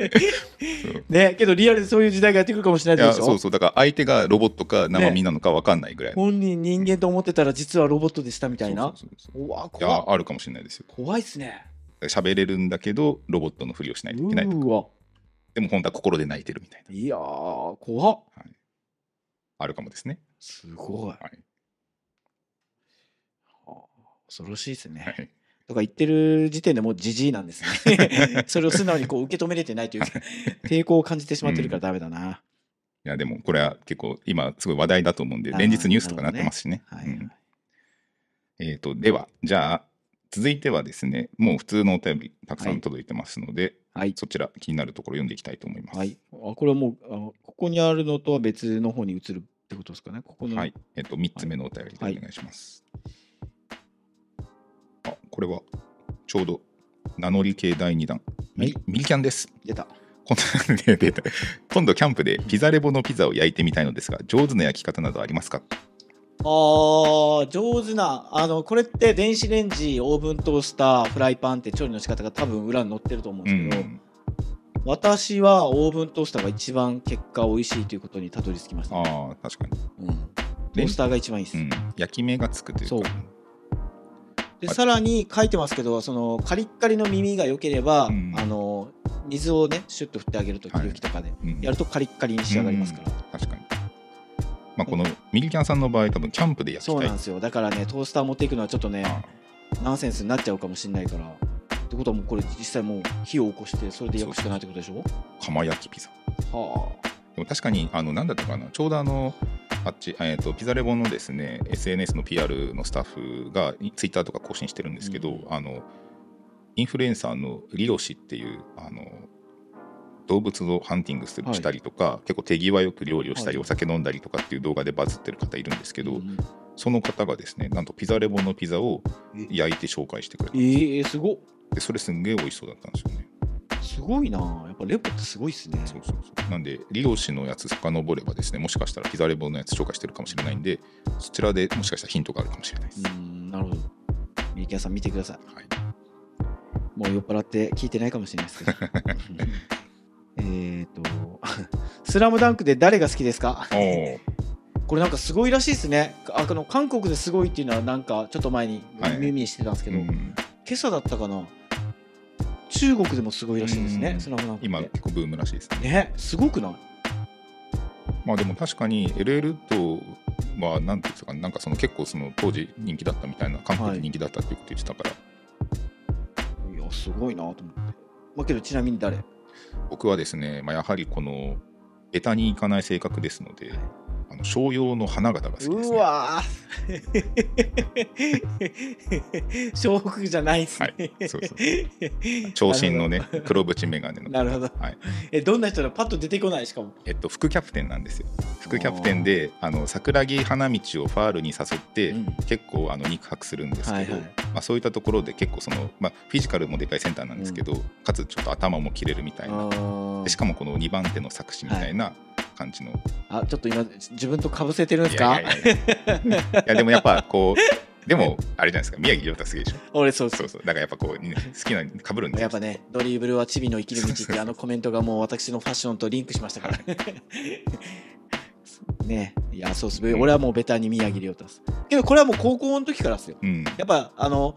ねけどリアルでそういう時代がやってくるかもしれ
い
ない
や、
でしょ
そうそう。だから、相手がロボットか生身なのか分かんないぐらいの。
本人人間と思ってたら実はロボットでしたみたいな
そうそうそう
うわ
いや
怖っ
あるかもしれないですよ。
怖いっすね
喋れるんだけど、ロボットのふりをしないといけないとか。
うわ。
でも本当は心で泣いてるみたいな。
いやー、怖っ。
あるかもですね。
すごい。
はい。
はあ恐ろしいですね。
はい
とか言ってる時点でもうじじいなんです ね。それを素直にこう受け止めれてないというか、抵抗を感じてしまってるからダメだな。
いやでもこれは結構今すごい話題だと思うんで
あー
連日ニュースとかなってますしね。
はい、
うんえー、とではじゃあ続いてはですねもう普通のお便りたくさん届いてますので、
はい。
そちら気になるところ読んでいきたいと思います。
はい。あ、これはもう、あの、ここにあるのとは別の方に移るってことですかね。ここの。
はい。えっ、と3つ目のお便りでお願いします。あこれはちょうど名乗り系第2弾、ミリ
は
ミリキャンです。
出た。
こんなねデータ今度キャンプでピザレボのピザを焼いてみたいのですが上手な焼き方などありますか
あー上手なあのこれって電子レンジオーブントースターフライパンって調理の仕方が多分裏に載ってると思うん
う
ですけど、
ん
私はオーブントースターが一番結果美味しいということにたどり着きました、
ああ確かに、
うん、トースターが一番いいです、
うん、焼き目がつくというか
そうで
はい
さらに書いてますけどそのカリッカリの耳が良ければ、
うん
あの水をねシュッと振ってあげると
はい
霧吹きとかで、
うん
やるとカリッカリに仕上がりますから、
確かに。まあ、このミリキャンさんの場合、多分キャンプで焼き
そう
たい
なんですよだからねトースター持っていくのはちょっとねナンセンスになっちゃうかもしれないから。ってことはもうこれ実際もう火を起こしてそれで焼くしかないってことでしょ
釜焼きピザ。
は
でも確かに、あの、なんだったかな、ちょうどあの、あっち、えっ、と、ピザレボンのですね、SNS の PR のスタッフが、ツイッターとか更新してるんですけど、
うん
あの、インフルエンサーのリロシっていう、あの、動物をハンティングする
はい
したりとか、結構手際よく料理をしたり、
はい
お酒飲んだりとかっていう動画でバズってる方いるんですけ
あ、
ど、
うん
その方がですねなんとピザレボンのピザを焼いて紹介してくれた
えー、すごっ
でそれすんげえ美味しそうだったんですよね。
すごいなやっぱレポってすごいっすね
そうそうそうなんでリロ氏のやつ遡ればですねもしかしたらピザレボのやつ紹介してるかもしれないんでそちらでもしかしたらヒントがあるかもしれないです。
うんなるほどミリキャンさん見てください
はい、
もう酔っ払って聞いてないかもしれないですけど えっと 「スラムダンクで誰が好きですか
おー
これなんかすごいらしいですねあこの韓国ですごいっていうのはなんかちょっと前に
はい
耳にしてたんですけど、
うん
今朝だったかな中国でもすごいらしいですね、
うん
スラムダンク
今
って
結構ブームらしいですね。
ねすごくない
まあでも確かに LL とはなんていうんですかねなんかその結構その当時人気だったみたいな韓国で人気だったっていうこと言ってたから、
いやすごいなと思ってまあけどちなみに誰
僕はですね、まあ、やはりこのベタに行かない性格ですので、あの商用の花形が好きです、ね。
うわー 小福じゃないですね、
はいそうそう長身 のね黒縁眼鏡の
なるほど、
はい
えどんな人だパッと出てこないしかも
えっと、副キャプテンなんですよ副キャプテンであの桜木花道をファールに誘って、
うん
結構あの肉薄するんです
は
け
い
ど、
はい
まあ、そういったところで結構その、まあ、フィジカルもでかいセンターなんですけど、かつちょっと頭も切れるみたいな
あ
でしかもこの2番手の作詞みたいな感じの、
あちょっと今自分とかぶせてるんで
い
す
や
か
いやいやいやいやでもやっぱこうでもあれじゃないですか宮城亮太すげえでしょ
俺そうそ
そううそうだからやっぱこう、ね好きなのかぶるんですよ
やっぱねドリブルはチビの生きる道ってあのコメントがもう私のファッションとリンクしました からねいやそうっす
うん
俺はもうベタに宮城亮太ですけどこれはもう高校の時からですよ
うん
やっぱあの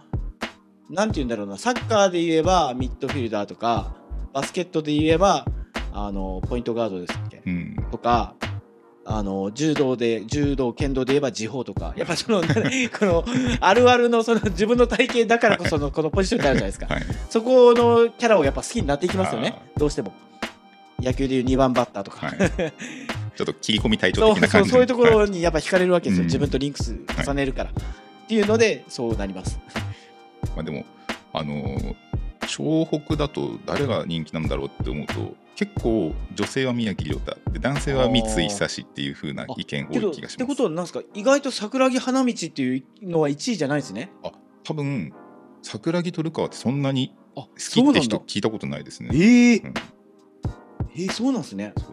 なんて言うんだろうなサッカーで言えばミッドフィルダーとかバスケットで言えばあのポイントガードですっけ
うん
とかあの柔道で柔道剣道で言えば地方とかやっぱそのこのあるあるのその自分の体型だからこそのこのポジションになるじゃないですか
はい
そこのキャラをやっぱ好きになっていきますよね
あ
どうしても野球でいう2番バッターとか、
はい ちょっと切り込み隊長
そう
的な
そ
感
う
じ
そういうとこ
は
ろにやっぱ惹かれるわけですよ、
うん
自分とリンクス重ねるから、っていうのでそうなります
まあ、でも、あのー湘北だと誰が人気なんだろうって思うと結構女性は宮城亮太で男性は三井久志っていう風な意見
け
多
ど
い
っ
気がしてま
こ
す
とはなんですか意外と桜木花道っていうのは1位じゃないですね
多分桜木鳥川ってそんなに
あ
好きって
そうな
人
んだ
聞いたことないですね
えー
うん
えーそうなんですね
そうい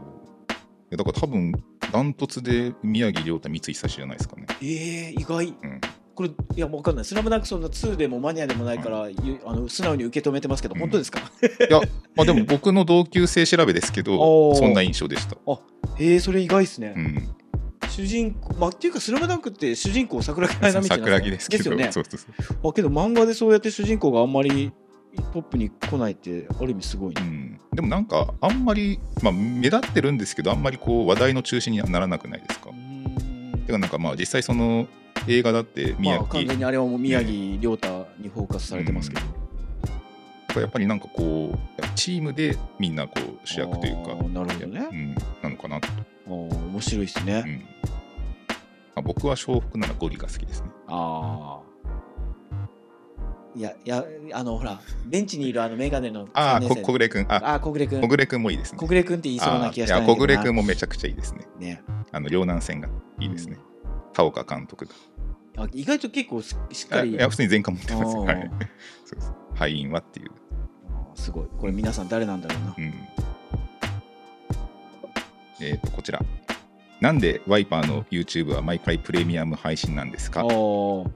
やだから多分ダントツで宮城亮太三井久志じゃないですかね、
えー、意外
うん、
これいやもう分かんない「スラムダンクそんな2でもマニアでもないから、ゆあの素直に受け止めてますけど、
うん
本当ですか
まあでも僕の同級生調べですけ
お
ど
ー
そんな印象でした、
えー、それ意外ですね、
うん、
主人公まあっていうか「スラムダンクって主人公桜木花道なん
桜木
で
ですす
ね
け
です
ど
よね
そうそうそう
あけど漫画でそうやって主人公があんまりポップに来ないってある意味すごいね
うん、でもなんかあんまり、まあ、目立ってるんですけどあんまりこう話題の中心にならなくないですかてかなんかまあ実際その映画だって宮
まあ、
城
完全にあれはもう宮城亮太にフォーカスされてますけど、
やっぱりなんかこうチームでみんなこう主役というか
あーなるほどね
うん、なのかなと、
あー面白いですね、
うんまあ、僕は笑福ならゴリが好きですね
ああいやいやあのほらベンチにいるあのメガネの
あ
3
あ
年
こ
生
小暮君あ
あー小暮君
小暮君もいいですね
小暮君って言いそうな気がした
あ
ん
ー
や
いや小
けどな
暮君もめちゃくちゃいいですね
ね
あの両南戦がいいですね、田岡監督が
あ意外と結構すしっか
あ
り
いや普通に全巻持ってます
あー
はいそうです敗因はっていう、
あーすごいこれ皆さん誰なんだろうな
うん、えっ、とこちらなんでワイパーの YouTube は毎回プレミアム配信なんですか
あー
こ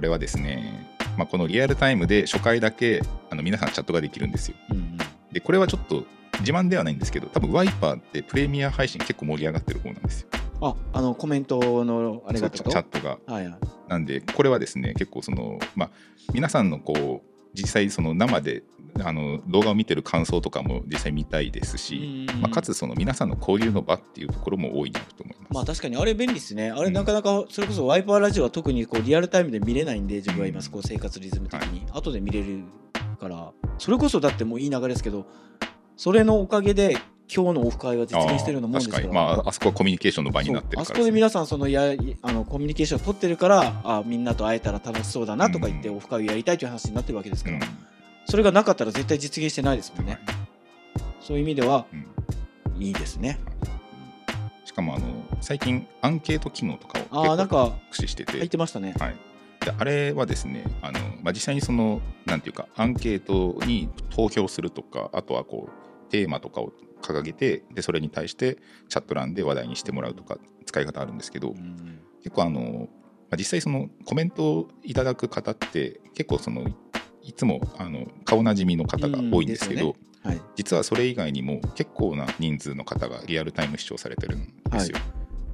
れはですね、まあ、このリアルタイムで初回だけあの皆さんチャットができるんですよ。
うんうん
で、これはちょっと自慢ではないんですけど、多分ワイパーってプレミア配信結構盛り上がってる方なんですよ。
ああのコメントのあれがって
そうチ
こと
ャチャットが。
はいはい
なんで、これはですね、結構その、まあ、皆さんのこう、実際その生であの動画を見てる感想とかも実際見たいですし、
うん
まあ、かつその皆さんの交流の場っていうところも大いにあると思います。
まあ確かにあれ便利ですね。あ
う
れ
ん
なかなかそれこそワイパーラジオは特にこうリアルタイムで見れないんで自分は今
うん
こう生活リズム的に、後で見れるからそれこそだってもういい流れですけどそれのおかげで今日のオフ会は実現してるようなもんですから
あー確かに、まあ、あそこはコミュニケーションの場になってるから
そうあそこで皆さんそのやあのコミュニケーションを取ってるからあみんなと会えたら楽しそうだなとか言って
うん
オフ会をやりたいという話になってるわけですから、
うん
それがなかったら絶対実現してないですもんね。そういう意味では
うん
いいですね。
しかもあの最近アンケート機能とかを結
ああなんか
構駆使してて
入ってましたね。
はい、であれはですねあの、まあ、実際にそのなんていうかアンケートに投票するとかあとはこうテーマとかを掲げてでそれに対してチャット欄で話題にしてもらうとか使い方あるんですけど
うん
結構あの、まあ、実際そのコメントをいただく方って結構そのいつもあの顔なじみの方が多いんですけ
う
ど、
んではい
実はそれ以外にも結構な人数の方がリアルタイム視聴されてるんですよ。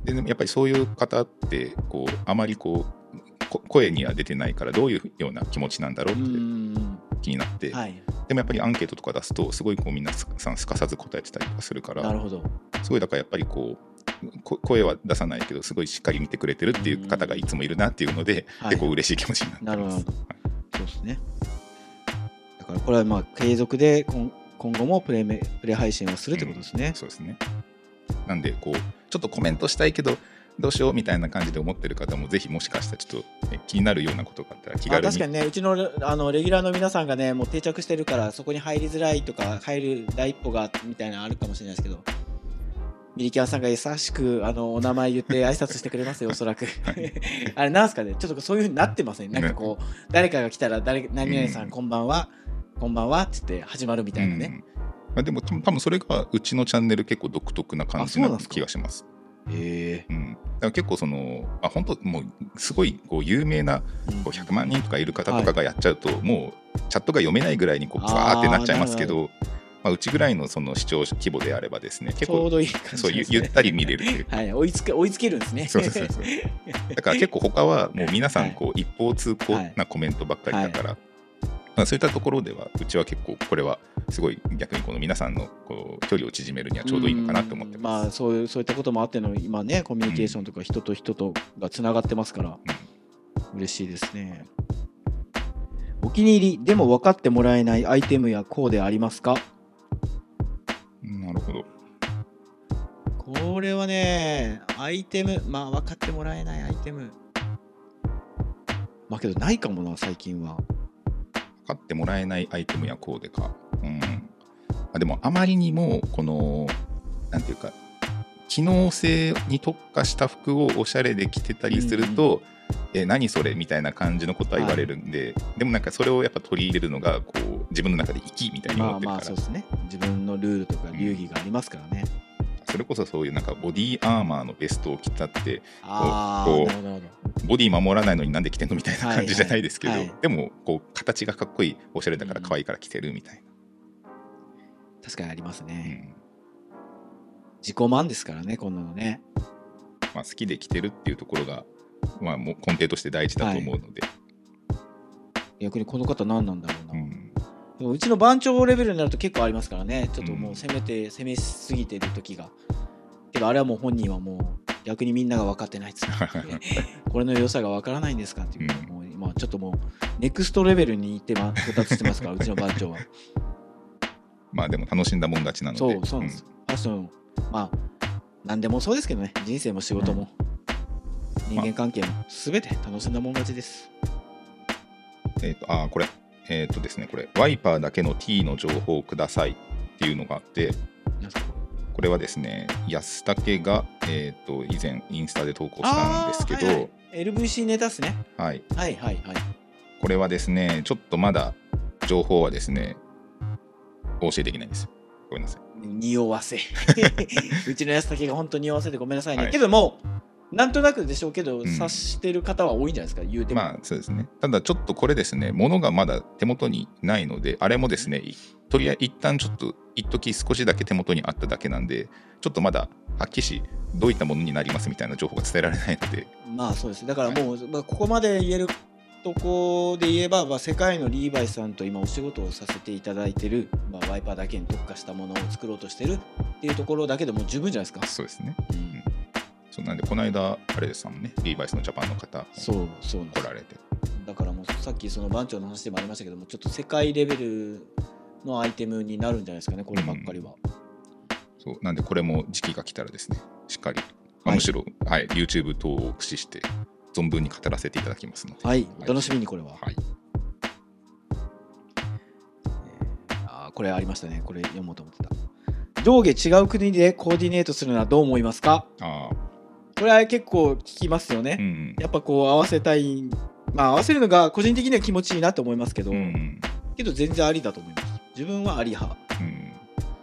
ででもやっぱりそういう方ってこうあまりこうこ声には出てないからどういうような気持ちなんだろう
う
っ
ん
て気になって、
はい、
でもやっぱりアンケートとか出すとすごいこうみんなすさんすかさず答えてたりとかするか
なる
ら
ほど。
すごいだからやっぱりこうこ声は出さないけどすごいしっかり見てくれてるっていう方がいつもいるなっていうので、
はい
結構嬉しい気持ちになってま
なる
す
ほ。そうですね。だからこれはまあ継続で今今後もプレメプレ配信をするってことですね。
そうですね。なんで、こう、ちょっとコメントしたいけど、どうしようみたいな感じで思ってる方も、ぜひもしかしたらちょっとね気になるようなことがあったら気
あ
軽
確
に。
かにね、うちのあのレギュラーの皆さんがね、もう定着してるから、そこに入りづらいとか、入る第一歩がみたいなのあるかもしれないですけど、ミリキャンさんが優しくあのお名前言 って挨拶してくれますよ、おそらく。 あれ、なんすかね、ちょっとそういうふうになってません、なんかこう、誰かが来たら誰、何々さ
うん
ん、こんばんは、こんばんはって言って始まるみたいなね。
うんまあ、でも、多分多分それがうちのチャンネル結構独特な感じ
あそう
な
なんですか
気がします。
へえ。
うん、だから結構その、あ本当もうすごいこう有名なこう100万人とかいる方とかがやっちゃうと、もうチャットが読めないぐらいにこうバーってなっちゃいますけ
あー
ど、まあ、うちぐらいのその視聴規模であればですね、結
ちょう
構
どいい感
そう
じで
ゆ
すね
ゆったり見れる というか
はい、追いつけ追いつけるんですね。
そうそうそうそうだから結構他はもう皆さんこう一方通行なコメントばっかりだから、まあ、そういったところではうちは結構これはすごい逆にこの皆さんのこう距離を縮めるにはちょうどいいのかなと思って
うん
ま
まあ
す。
そういうそういったこともあっての今ねコミュニケーションとか人と人とがつながってますから、嬉しいですね。お気に入りでも分かってもらえないアイテムやコーデありますか
なるほど。
これはねアイテムまあ分かってもらえないアイテムまあけどないかもな最近は
買ってもらえないアイテムやコーデか。うんまあ、でもあまりにもこのなんていうか機能性に特化した服をおしゃれで着てたりすると、え何それみたいな感じのことは言われるんで、でもなんかそれをやっぱ取り入れるのがこう自分の中で粋みたいに
ま
思
あ
ってる
ま
か
あ
ら、
そうですね自分のルールとか流儀がありますからね、
それこそそういうなんかボディアーマーのベストを着たって
ああ
こう
なるほどなるほど
ボディ守らないのになんで着てんのみたいな
はい
感じじゃないですけど、
はい
でもこう形がかっこいいおしゃれだから可愛いから着てるみたい
確かにあります
な、う
ね、
ん
自己満ですからねこんなのね
まあ、好きで着てるっていうところが、まあ、もう根底として大事だと思うので、
逆にこの方何なんだろうな、
うん
もううちの番長レベルになると結構ありますからね、ちょっとも
うん
う攻めて、攻めすぎてる時が。けどあれはもう本人はもう逆にみんなが分かってないっつってこれの良さが分からないんですかっていう、
うん
もう今ちょっともうネクストレベルに行ってま到達してますから、うちの番長は。
まあでも楽しんだもん勝ちなので。
そう、そうなんです。ファッション、まあ、何でもそうですけどね、人生も仕事も、人間関係も、すべて楽しんだもん勝ちです。
えっ、と、あー、これ、えっ、とですね、これ、ワイパーだけの T の情報をくださいっていうのがあって、
なんか
これはですね、安武が、えっ、と、以前、インスタで投稿したんですけど、
あ
は
ーはいいはい LVC ネタっすね。はいはいはい。
これはですね、ちょっとまだ情報はですね、お教えできないんですよ。ごめんなさい。
匂わ せうちの安武が本当に匂わせてごめんなさいね、
はい
けどもなんとなくでしょうけど、
ん
察してる方は多いんじゃないですか言うても、
まあ、そうですね。ただ、ちょっとこれですね、物がまだ手元にないので、あれもですね、いとりあえず一旦ちょっと、一時少しだけ手元にあっただけなんで、ちょっとまだ、はっきりし、どういったものになりますみたいな情報が伝えられないので、
まあそうですだからもう、まあ、ここまで言えるとこで言えば、まあ、世界のリーバイさんと今お仕事をさせていただいてる、まあ、ワイパーだけに特化したものを作ろうとしてるっていうところだけでもう十分じゃないですか、
そうですね。
うん
そうなんで、この間、あれですもんね、リーバイスのジャパンの方、
そうそうなんで
来
す
られて、
だからもうさっきその番長の話でもありましたけどもちょっと世界レベルのアイテムになるんじゃないですかねこればっかりは、
そうなんで、これも時期が来たらですね、しっかり、まあ
はい
むしろ、はい、YouTube 等を駆使して、存分に語らせていただきますので。
はいお楽しみにこれは、
はい、
あーこれありましたねこれ読もうと思ってた上下違う国でコーディネートするのはどう思いますか
ああ、
これは結構聞きますよ
う
ね、
ん
やっぱこう合わせたいまあ合わせるのが個人的には気持ちいいなと思いますけど、
うん、うん。
けど全然ありだと思います自分はあり派
うん、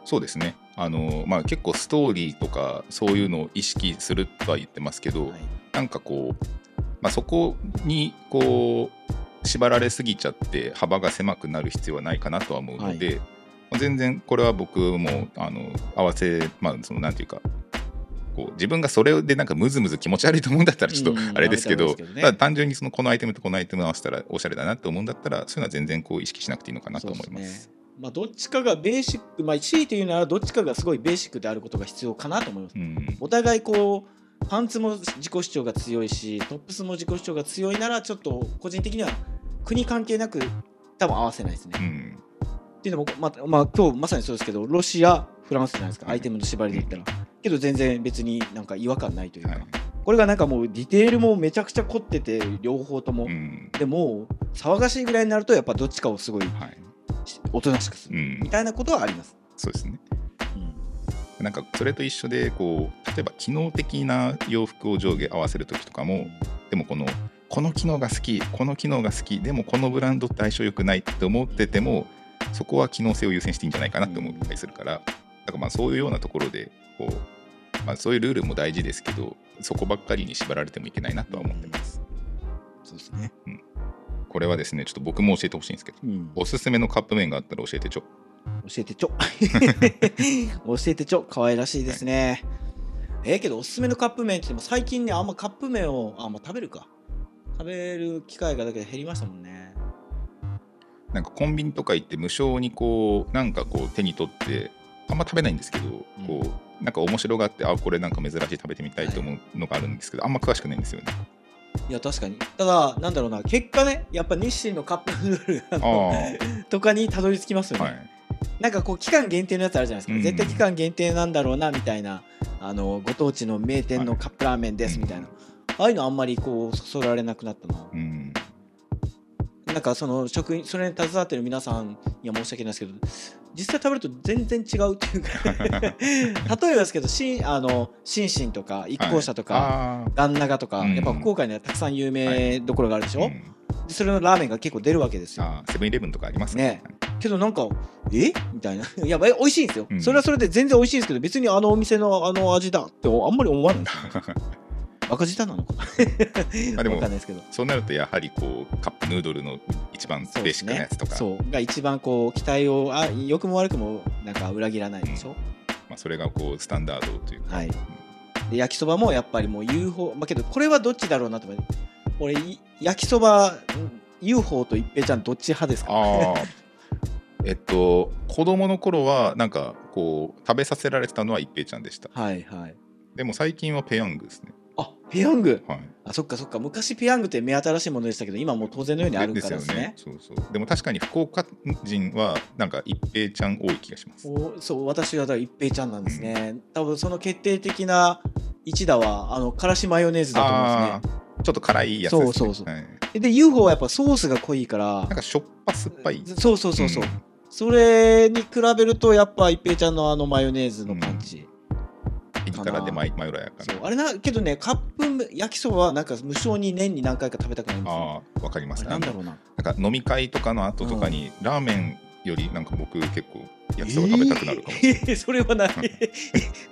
そうですねあの、まあ、結構ストーリーとかそういうのを意識するとは言ってますけど、
はい
なんかこう、まあ、そこにこう縛られすぎちゃって幅が狭くなる必要はないかなとは思うので、まあ全然これは僕もあの合わせまあそのなんていうかこう自分がそれでなんかムズムズ気持ち悪いと思うんだったらちょっ
う
と
んうん
あれですけど,、
やめた方がいいですけどね
ただ単純にそのこのアイテムとこのアイテムを合わせたらおしゃれだなと思うんだったらそういうのは全然こう意識しなくていいのかなと思いま。
そうですすねまあどっちかがベーシックまあ C というならどっちかがすごいベーシックであることが必要かなと思います、
うん
お互いこうパンツも自己主張が強いしトップスも自己主張が強いならちょっと個人的には国関係なく多分合わせないですね、
うん
っていうのも、まあ、まあ、今日まさにそうですけど、ロシア、フランスじゃないですか、
うん
アイテムの縛りで言ったら。けど全然別になんか違和感ないというか、
はい
これがなんかもうディテールもめちゃくちゃ凝ってて、両方とも。
うん
でも、騒がしいぐらいになると、やっぱどっちかをすごい
はい
おとなしくす
う
る、
ん
み、たいなことはあります。
そうですね
うん
なんかそれと一緒でこう例えば機能的な洋服を上下合わせる時とかもでもこのこの機能が好きこの機能が好きでもこのブランドって相性良くないって思っててもそこは機能性を優先していいんじゃないかなって思ったりするからだからまあそういうようなところでこう、まあ、そういうルールも大事ですけどそこばっかりに縛られてもいけないなとは思ってます
そうですね。
これはですねちょっと僕も教えてほしいんですけど
うん、教
おすすめのカップ麺があったら教えてちょ
え てちょ。教えてちょ、可愛らしいですね。えーけど、おすすめのカップ麺って言っても、最近ね、あんまカップ麺を、あ、まあ、食べるか。食べる機会がだけど減りましたもんね。
なんかコンビニとか行って無償にこうなんかこう手に取ってあんま食べないんですけど、
うん
こうなんか面白があってあこれなんか珍しい食べてみたいと思うのがあるんですけど、あんま詳しくないんですよね。
いや確かにただなんだろうな結果ねやっぱ日清のカップヌードルあ
あ
の
あ
とかにたどり着きますよ ね、
はい、
なんかこう期間限定のやつあるじゃないですか、
うん
絶対期間限定なんだろうなみたいなあのご当地の名店の
はい
カップラーメンですみたいな、
う
ああいうのあんまりこうそそられなくなったな、
うん、
なんかその職員それに携わってる皆さんには申し訳ないですけど実際食べると全然違うっていう か例えばですけどしあのシンシンとか一向社とか、
か、
ガンナガとか、
うん
やっぱ福岡にはたくさん有名どころがあるでしょ、
はいうん
でそれのラーメンが結構出るわけですよ
あーセブンイレブンとかあります
ねけどなんかえみたいな いやばい美味しいんですよ、
うん
それはそれで全然美味しいんですけど別にあのお店のあの味だってあんまり思わないんですよ 赤字だなのかな
あでも
わかんないですけど
そうなるとやはりこうカップヌードルの一番ベ
そう
ー
で
シ
す
ックな
ね
やつとかそ,、
そうが一番こう期待をあ良くも悪くもなんか裏切らないでしょ、
まあ、それがこうスタンダードというか、
はいで焼きそばもやっぱりもう UFO まあけどこれはどっちだろうなと思って俺い焼きそば UFO と一平ちゃんどっち派ですか
ああえっと、子供の頃は、なんか、こう、食べさせられてたのは一平ちゃんでした。
はいはい。
でも最近はペヤングですね。
あペヤング
はい。
あそっかそっか昔ペヤングって目新しいものでしたけど今もう当然のようにあるからですね。
ですよね。そうそう。でも確かに福岡人は、なんか一平ちゃん多い気がします。
おそう私はだから一平ちゃんなんですね、多分その決定的な一打はあのからしマヨネーズだと思うん
ああ、ちょっと辛いやつです、ね。
そうそうそう
はい
ですねで UFO はやっぱソースが濃いから
なんかしょっぱ酸っぱい。
そうそうそうそう、
ん
それに比べるとやっぱ一平ちゃんのあのマヨネーズのパンチ、
激辛でマイマヨラーやから
そうあれなけどねカップ焼きそばはなんか無償に年に何回か食べたくなりま
ああわかりますす
ねあれな
ねあ
んだ
の
ろうな
なんか飲み会とかの後とかに、ラーメンよりなんか僕結構焼きそば食べたくなるかも、
えーそれは ない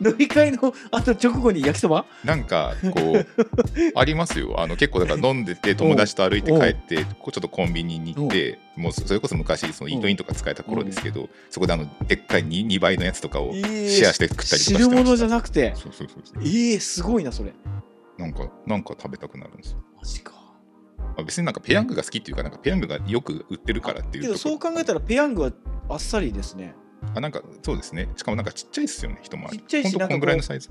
飲み会のあと直後に焼きそば
なんかこうありますよあの結構だから飲んでて友達と歩いて帰ってこうちょっとコンビニに行ってもうそれこそ昔そのイートインとか使えた頃ですけどそこであのでっかい 2, 倍のやつとかをシェアして食ったりとかしてまし
汁
た、
物じゃなくて
そうそうそうそ
え
う
ー、すごいなそれ
なんかなんか食べたくなるんですよ、
マジか
まあ、別になんかペヤングが好きっていうかなんかペヤングがよく売ってるからっていう
け
とこ
どそう考えたらペヤングはあっさりですね
あなんかそうですねしかもなんかちっちゃいですよね一回り
ちっちゃいし
ほんとこんぐらいのサイズ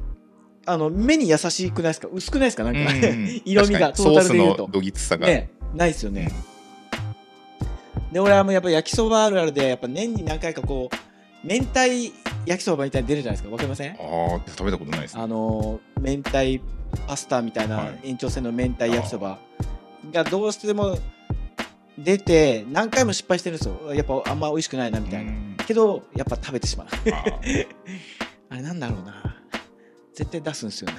あの目に優しくないですか薄くないですかなんか、
うんうん
色味が
確かに
トータルで言う
ソ
と
ースのどぎつさ が、
ねないですよね、で俺はもうやっぱ焼きそばあるあるでやっぱ年に何回かこう明太焼きそばみたいに出るじゃないですかわかりません
ああ食べたことないですね
あの明太パスタみたいな
はい
延長線の明太焼きそばがどうしても出て何回も失敗してるんですよやっぱあんま美味しくないなみたいな、
うん
けどやっぱ食べてしまう
あー
あれなんだろうな絶対出すん ですよね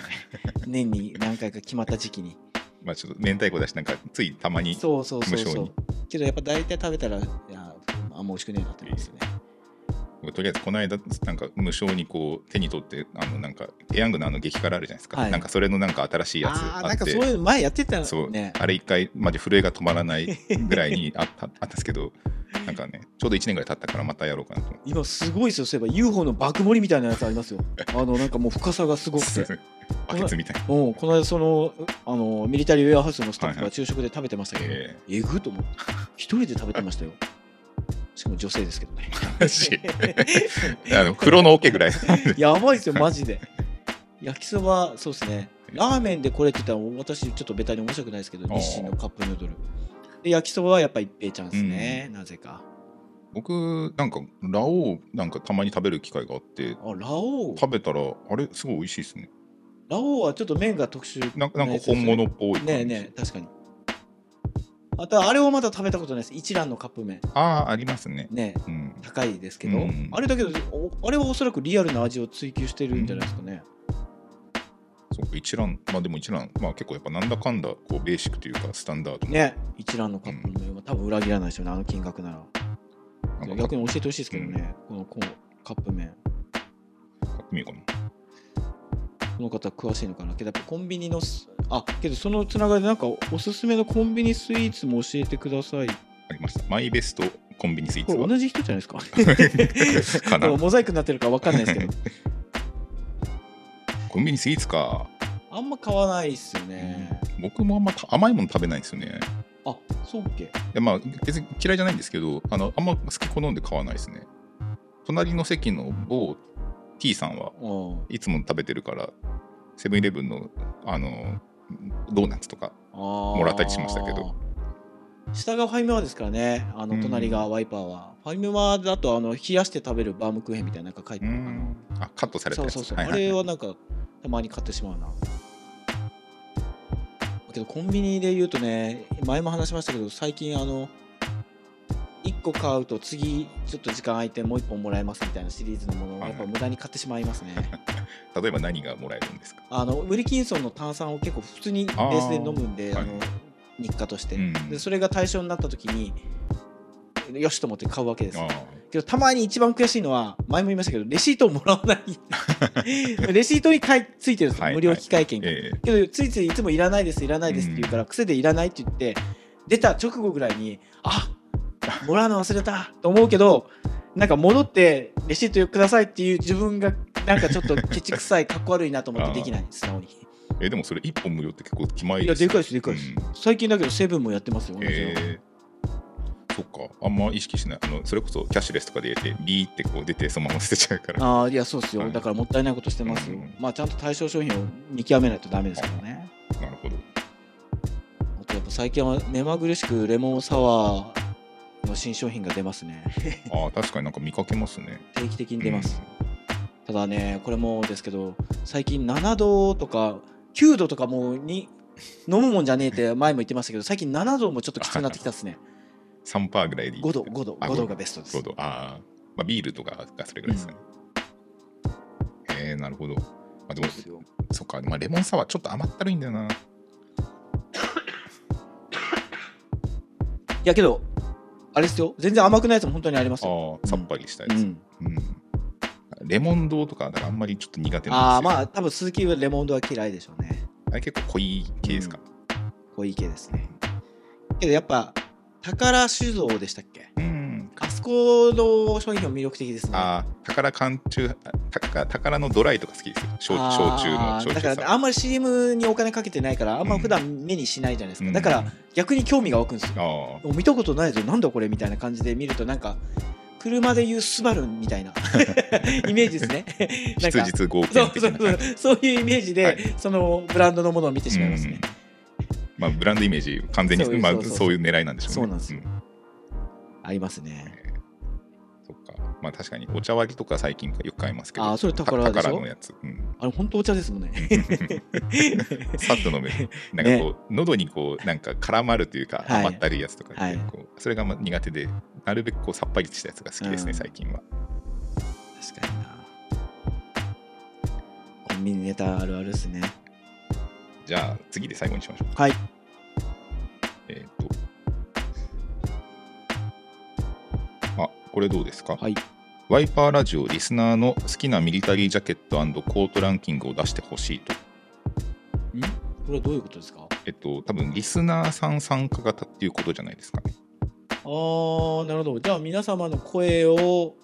年に何回か決まった時期に
まあちょっと明太子だしなんかついたまに
そうそうそうそ
無償
う
に
けどやっぱ大体食べたらいやあんま美味しくねえなって思うんですよね
とりあえずこの間なんか無償にこう手に取ってあのなんかペヤングのあの激辛あるじゃないですか、
はい
なんかそれのなんか新しいやつ
ああー
あ
なん
っ
か
て
そういうの前やってた
そ
の
う
ね
あれ一回まで震えが止まら ないぐらいにあったあったんですけどなんかねちょうど1年ぐらい経ったからまたやろうかなと思って
今すごいですよそういえば UFO の爆盛りみたいなやつあり ますよあのなんかもう深さがすごくて
バケツみたいな、
うん、この間そのあのミリタリーウェアハウスのスタッフ
はいは
が
い
昼食で食べてましたけど、
え
えぐっと思って一人で食べてましたよしかも女性ですけどね
マジ あの風呂の桶ぐらい
やばいですよマジで焼きそばそうですねラーメンでこれって言ったら私ちょっとベタに面白くないですけど
あー
日清のカップヌードルで焼きそばはやっぱ一平ちゃんですね、なぜか
僕なんかラオウなんかたまに食べる機会があって
あラオウ
食べたらあれすごい美味しいですね
ラオウはちょっと麺が特殊
なんかなんか本物っぽい感じ
ねえねえ確かにあとあれをまだ食べたことないです一蘭のカップ麺
ああありますね
ねえ
うん
高いですけど、
うん
あれだけどおあれはおそらくリアルな味を追求してるんじゃないですかね、
そうか一覧まあでも一覧まあ結構やっぱなんだかんだこうベーシックというかスタンダードな
ね一蘭のカップ麺は多分裏切らないですよねあの金額なら
なんか
逆に教えてほしいですけどね、このこうカップ麺
買ってみようかな
この方詳しいのかなけどやっぱコンビニのすあけどそのつながりでなんかおすすめのコンビニスイーツも教えてください
ありましたマイベストコンビニスイー
こ
ツ
れ
は
同じ人じゃないです か
かな
これモザイクになってるか分かんないですけど
コンビニスイーツか、
あんま買わないっすよね、
僕もあんまた甘いもの食べないんですよね
あそうっけ
いやまあ別に嫌いじゃないんですけどあのあんま好き好んで買わないですね隣の席の某 T さんは
うん
いつも食べてるから、セブンイレブンの、あの、ドーナツとか、
も
らったりしましたけど
下がファイムアですからねあ
う
の
ん
隣がワイパーは、ファイムアだとあの冷やして食べるバームクーヘンみたいななんか書いてあの
あ、カットされ
そ
たや
う
つ。
そうそう、
はいはい
あれ
はい
はなんかたまに買ってしまうなけどコンビニで言うとね前も話しましたけど最近あの1個買うと次ちょっと時間空いてもう1本もらえますみたいなシリーズのものをやっぱ無駄に買ってしまいますね
例えば何がもらえるんですか
あのウリキンソンの炭酸を結構普通にベースで飲むんで
あー
あ
はい
の日課として、
うん
でそれが対象になった時によしと思って買うわけです
あ
よけどたまに一番悔しいのは前も言いましたけどレシートをもらわない レシートに書いついてるんですよ
はい
無料機会券
ー
が、
え
けどついついいつもいらないですいらないですって言うから、癖でいらないって言って出た直後ぐらいにあもらうの忘れたと思うけどなんか戻ってレシートくださいっていう自分がなんかちょっとケチくさいかっこ悪いなと思ってできない素直に
ーえーでもそれ1本無料って結構気前
いやでかいですでかいです、
うん
最近だけどセブンもやってますよ同じような
えーそっか。あんま意識しない。あの、それこそキャッシュレスとかで入れて、ビーってこう出て、そのまま捨てちゃうから。
ああ、いや、そうですよ。
はい
だからもったいないことしてますよ
うん。
まあ、ちゃんと対象商品を見極めないとダメですからね。
なるほど。
あと、やっぱ最近は目まぐるしくレモンサワーの新商品が出ますね。
ああ、確かになんか見かけますね。
定期的に出ます。ただね、これもですけど、最近7度とか9度とかもうに飲むもんじゃねえって前も言ってましたけど、最近7度もちょっときつくなってきたですね。
3パーぐらいでいい。
5度、5度、
あ
5度がベストです
5。度。ああ。まあ、ビールとかがそれぐらいですかね。えー、なるほど。まあ、でも、
ですよ
そっか。まあ、レモンサワーちょっと甘ったるいんだよな。
いやけど、あれですよ、全然甘くないやつも本当にありますよ。
ああ、さっぱりした
う
やつ。
ん、
うん。レモン堂とか、だからあんまりちょっと苦手
あ
な
あ、
んですよ。
まあ、多分鈴木はレモンドは嫌いでしょうね。
あれ結構濃い系ですか。
こういい系ですね。けどやっぱ、宝酒造でしたっけ
うん。
あそこの商品も魅力的ですね。
ああ、宝缶中、宝宝のドライとか好きですよ。焼焼酎の
あー
焼酎
だから
さ
ねあんまり CM にお金かけてないからあんま普段目にしないじゃないですか、だから
あ
逆に興味が湧くんですよ
あ
もう見たことないぞなんだこれみたいな感じで見るとなんか車でいうスバルみた いなイメージですねなん
質
か
実合
そ
憲
う
的
そ
な
うそうそういうイメージで、
はい
そのブランドのものを見てしまいますね、
うんまあブランドイメージ完全に
そう
まあ
そうそう
そういう狙いなんでしょうね
そうなんですよ
ん
ありますね
そっかまあ確かにお茶割りとか最近よく買いますけど
あーそれ
た
宝でしょ
宝のやつ、うん、
あれ本当お茶です もんね
さっと飲 めるなんかこう、喉にこうなんか絡まるというか
はい
甘ったるいやつとか
は
ね
い
こうそれがまあ苦手でなるべくこうさっぱりしたやつが好きですね、
うん
最近は
確かになコンビニネタあるあるですね
じゃあ次で最後にしましょう
はい
えっ、と。あ、これどうですか
はい
ワイパーラジオリスナーの好きなミリタリージャケットコートランキングを出してほしいと。
んこれはどういうことですか
えっと、多分リスナーさん参加型っていうことじゃないですかね。
ああ、なるほど。じゃあ皆様の声を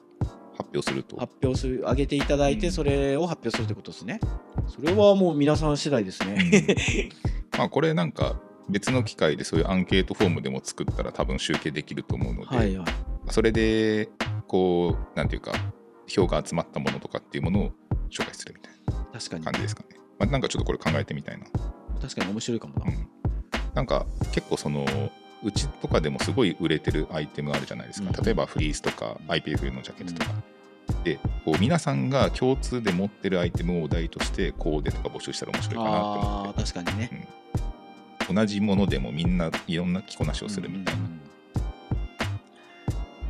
発表すると。
発表する、上げていただいて、
うん
それを発表するってことですね。それはもう皆さん次第ですね。
まあ、これなんか別の機会でそういうアンケートフォームでも作ったら多分集計できると思うので、
はいはい。
それで、こう、なんていうか、票が集まったものとかっていうものを紹介するみたい
確かに
な。感じですかね。まあ、なんかちょっとこれ考えてみたいな。
確かに面白いかもな。
うんなんか結構そのうちとかでもすごい売れてるアイテムあるじゃないですか、
うん
例えばフリースとか IPF のジャケットとか、でこう皆さんが共通で持ってるアイテムをお題としてコーデとか募集したら面白いかなと思
あ
っ
あ、確かにね。
て同じものでもみんないろんな着こなしをするみたいな、
うんうんうん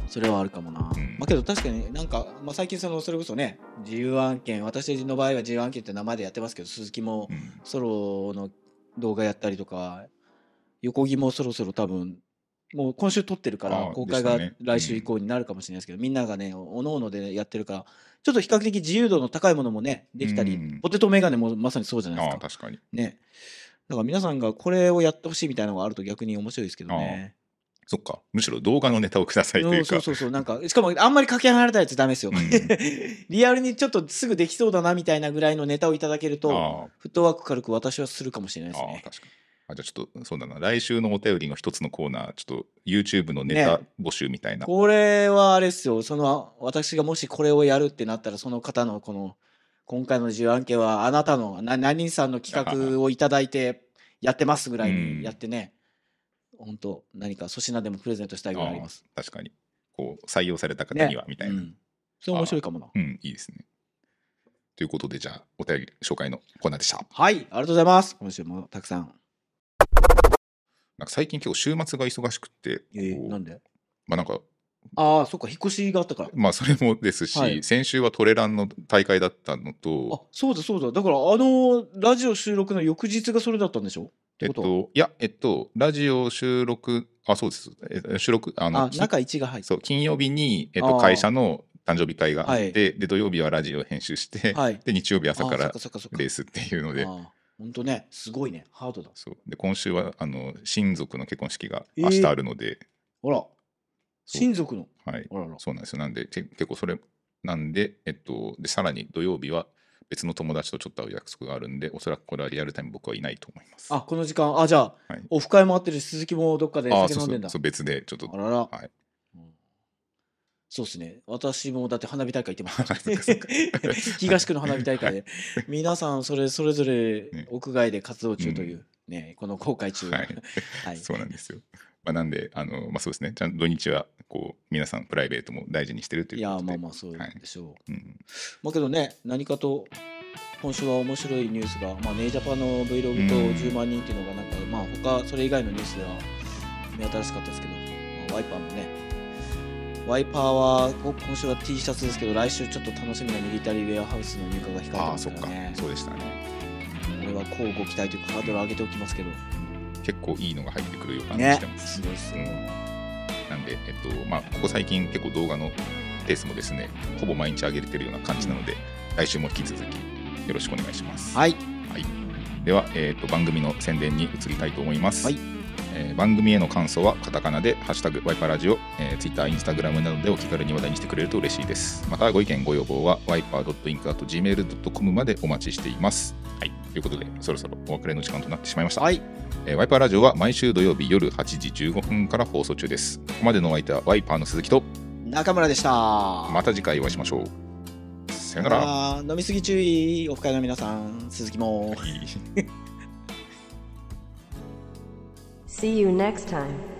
それはあるかもな。
うん
まあけど確かになんか、まあ、最近そのそれこそね、自由案件、私の場合は自由案件って名前でやってますけど、鈴木も、
うん
ソロの動画やったりとか、横木もそろそろ多分、もう今週撮ってるか
あ
ら
あ、
公開
で
が
したね
来週以降になるかもしれないですけど、みんながね、おのおのでやってるから、ちょっと比較的自由度の高いものもね、できたり、
うん
ポテトメガネもまさにそうじゃないで
あ
す
あ
か。
確かに
ね。だから皆さんがこれをやってほしいみたいなのがあると逆に面白いですけどね。
そっかむしろ動画のネタをくださいと
う
い
ん
うか
そうそうそう、なんか、しかもあんまりかけ離れたやつダメですよ。
うん
リアルにちょっとすぐできそうだなみたいなぐらいのネタをいただけると、
ああ
フットワーク軽く私はするかもしれないです
ああ
ね
確。かにあじゃあちょっとそうだな来週のお便りの一つのコーナーちょっと YouTube のネタ
ね
募集みたいな、
これはあれですよ、その私がもしこれをやるってなったら、その方のこの今回の自由案件は、あなたのな何々さんの企画をいただいてやってますぐらい
うん
にやってね、本当、何か粗品でもプレゼントしたいぐらいあります。
確かにこう採用された方
ね
には、みたいな、
う
うん
んそれ面白いかもな。
いいですねということでじゃあお便り紹介のコーナーでした
はい、ありがとうございます。今週もたくさん。
なんか最近結構週末が忙しくって、
えー
こう
なんで
まあなんか
ああ、そっか、引っ越しがあったから。
まあそれもですし、
はい
先週はトレランの大会だったの
あ
と
そうだそうだ。だから、あのラジオ収録の翌日がそれだったんでしょ
えっ
ってこと
いやえっとラジオ収録あそうですえ収録あの
あ、中1が入って
そう金曜日に、えっと、
あー
会社の誕生日会があっ
はい
て、で土曜日はラジオ編集して、
はい。
で日曜日朝か
あ
ら
そっそっそっか
レースっていうので
ああ本当ね、すごいね、ハードだ。
そうで今週はあの親族の結婚式が
えー
明日あるので、
ほら、
そう
親族の。
はい、
あらら。
そうなんですよなんでけ結構それなんで、えっと、でさらに土曜日は別の友達とちょっと会う約束があるんで、おそらくこれはリアルタイム僕はいないと思います。
あ、この時間、あ、じゃあ、
はい
オフ会もあってるし、鈴木もどっかで
あー
酒
そう
飲ん
そ
でん
う
だ。
そう、別でちょっと
あ。らら。
はい
うんそうですね。私もだって花火大会行って ます
はいそっかそっか
東区の花火大会で、皆さんそれそれぞれ
ね
屋外で活動中という、ね、この公開中。
はい
はい
そうなんですよ。まあ、なんで、あのまあ、そうですね、ちゃんと土日はこう皆さん、プライベートも大事にしてると
い
いう
や
こと
ー
で。
まあまあそうで
はい
しょう、
うん、
まあけどね何かと今週は面白いニュースが、まあ、ネイジャパンの Vlog と
うん
10万人っていうのがなんか、まあ他それ以外のニュースでは目新しかったですけど、まあワイパーもねワイパーはこ今週は T シャツですけど来週ちょっと楽しみなミリタリーウェアハウスの入荷が控えて
ああ
ま
ー、
す
そ
か
っ
ら
か
ね、
そうでしたね。
これは交互期待というかハードル上げておきますけど
結構いいのが入ってくる予感が
ね
してます。
すごいですよ、
なんで、えっとまあ、ここ最近、結構動画のペースもですね、ほぼ毎日上げれてるような感じなので、来週も引き続きよろしくお願いします。
はい
では、えー、と番組の宣伝に移りたいと思います、
はい
えー番組への感想はカタカナで「ハッシュタグワイパーラジオ」えー、Twitter、Instagram などでお気軽に話題にしてくれると嬉しいですまたご意見ご要望は wiper.inc.gmail.com までお待ちしていますはいということでそろそろお別れの時間となってしまいました、
はい
えーワイパーラジオは毎週土曜日夜8時15分から放送中ですここまでのお相手はワイパーの鈴木と
中村でした
また次回お会いしましょうさよなら
あー飲みすぎ注意オフ会の皆さん鈴木も
はい
See you next time.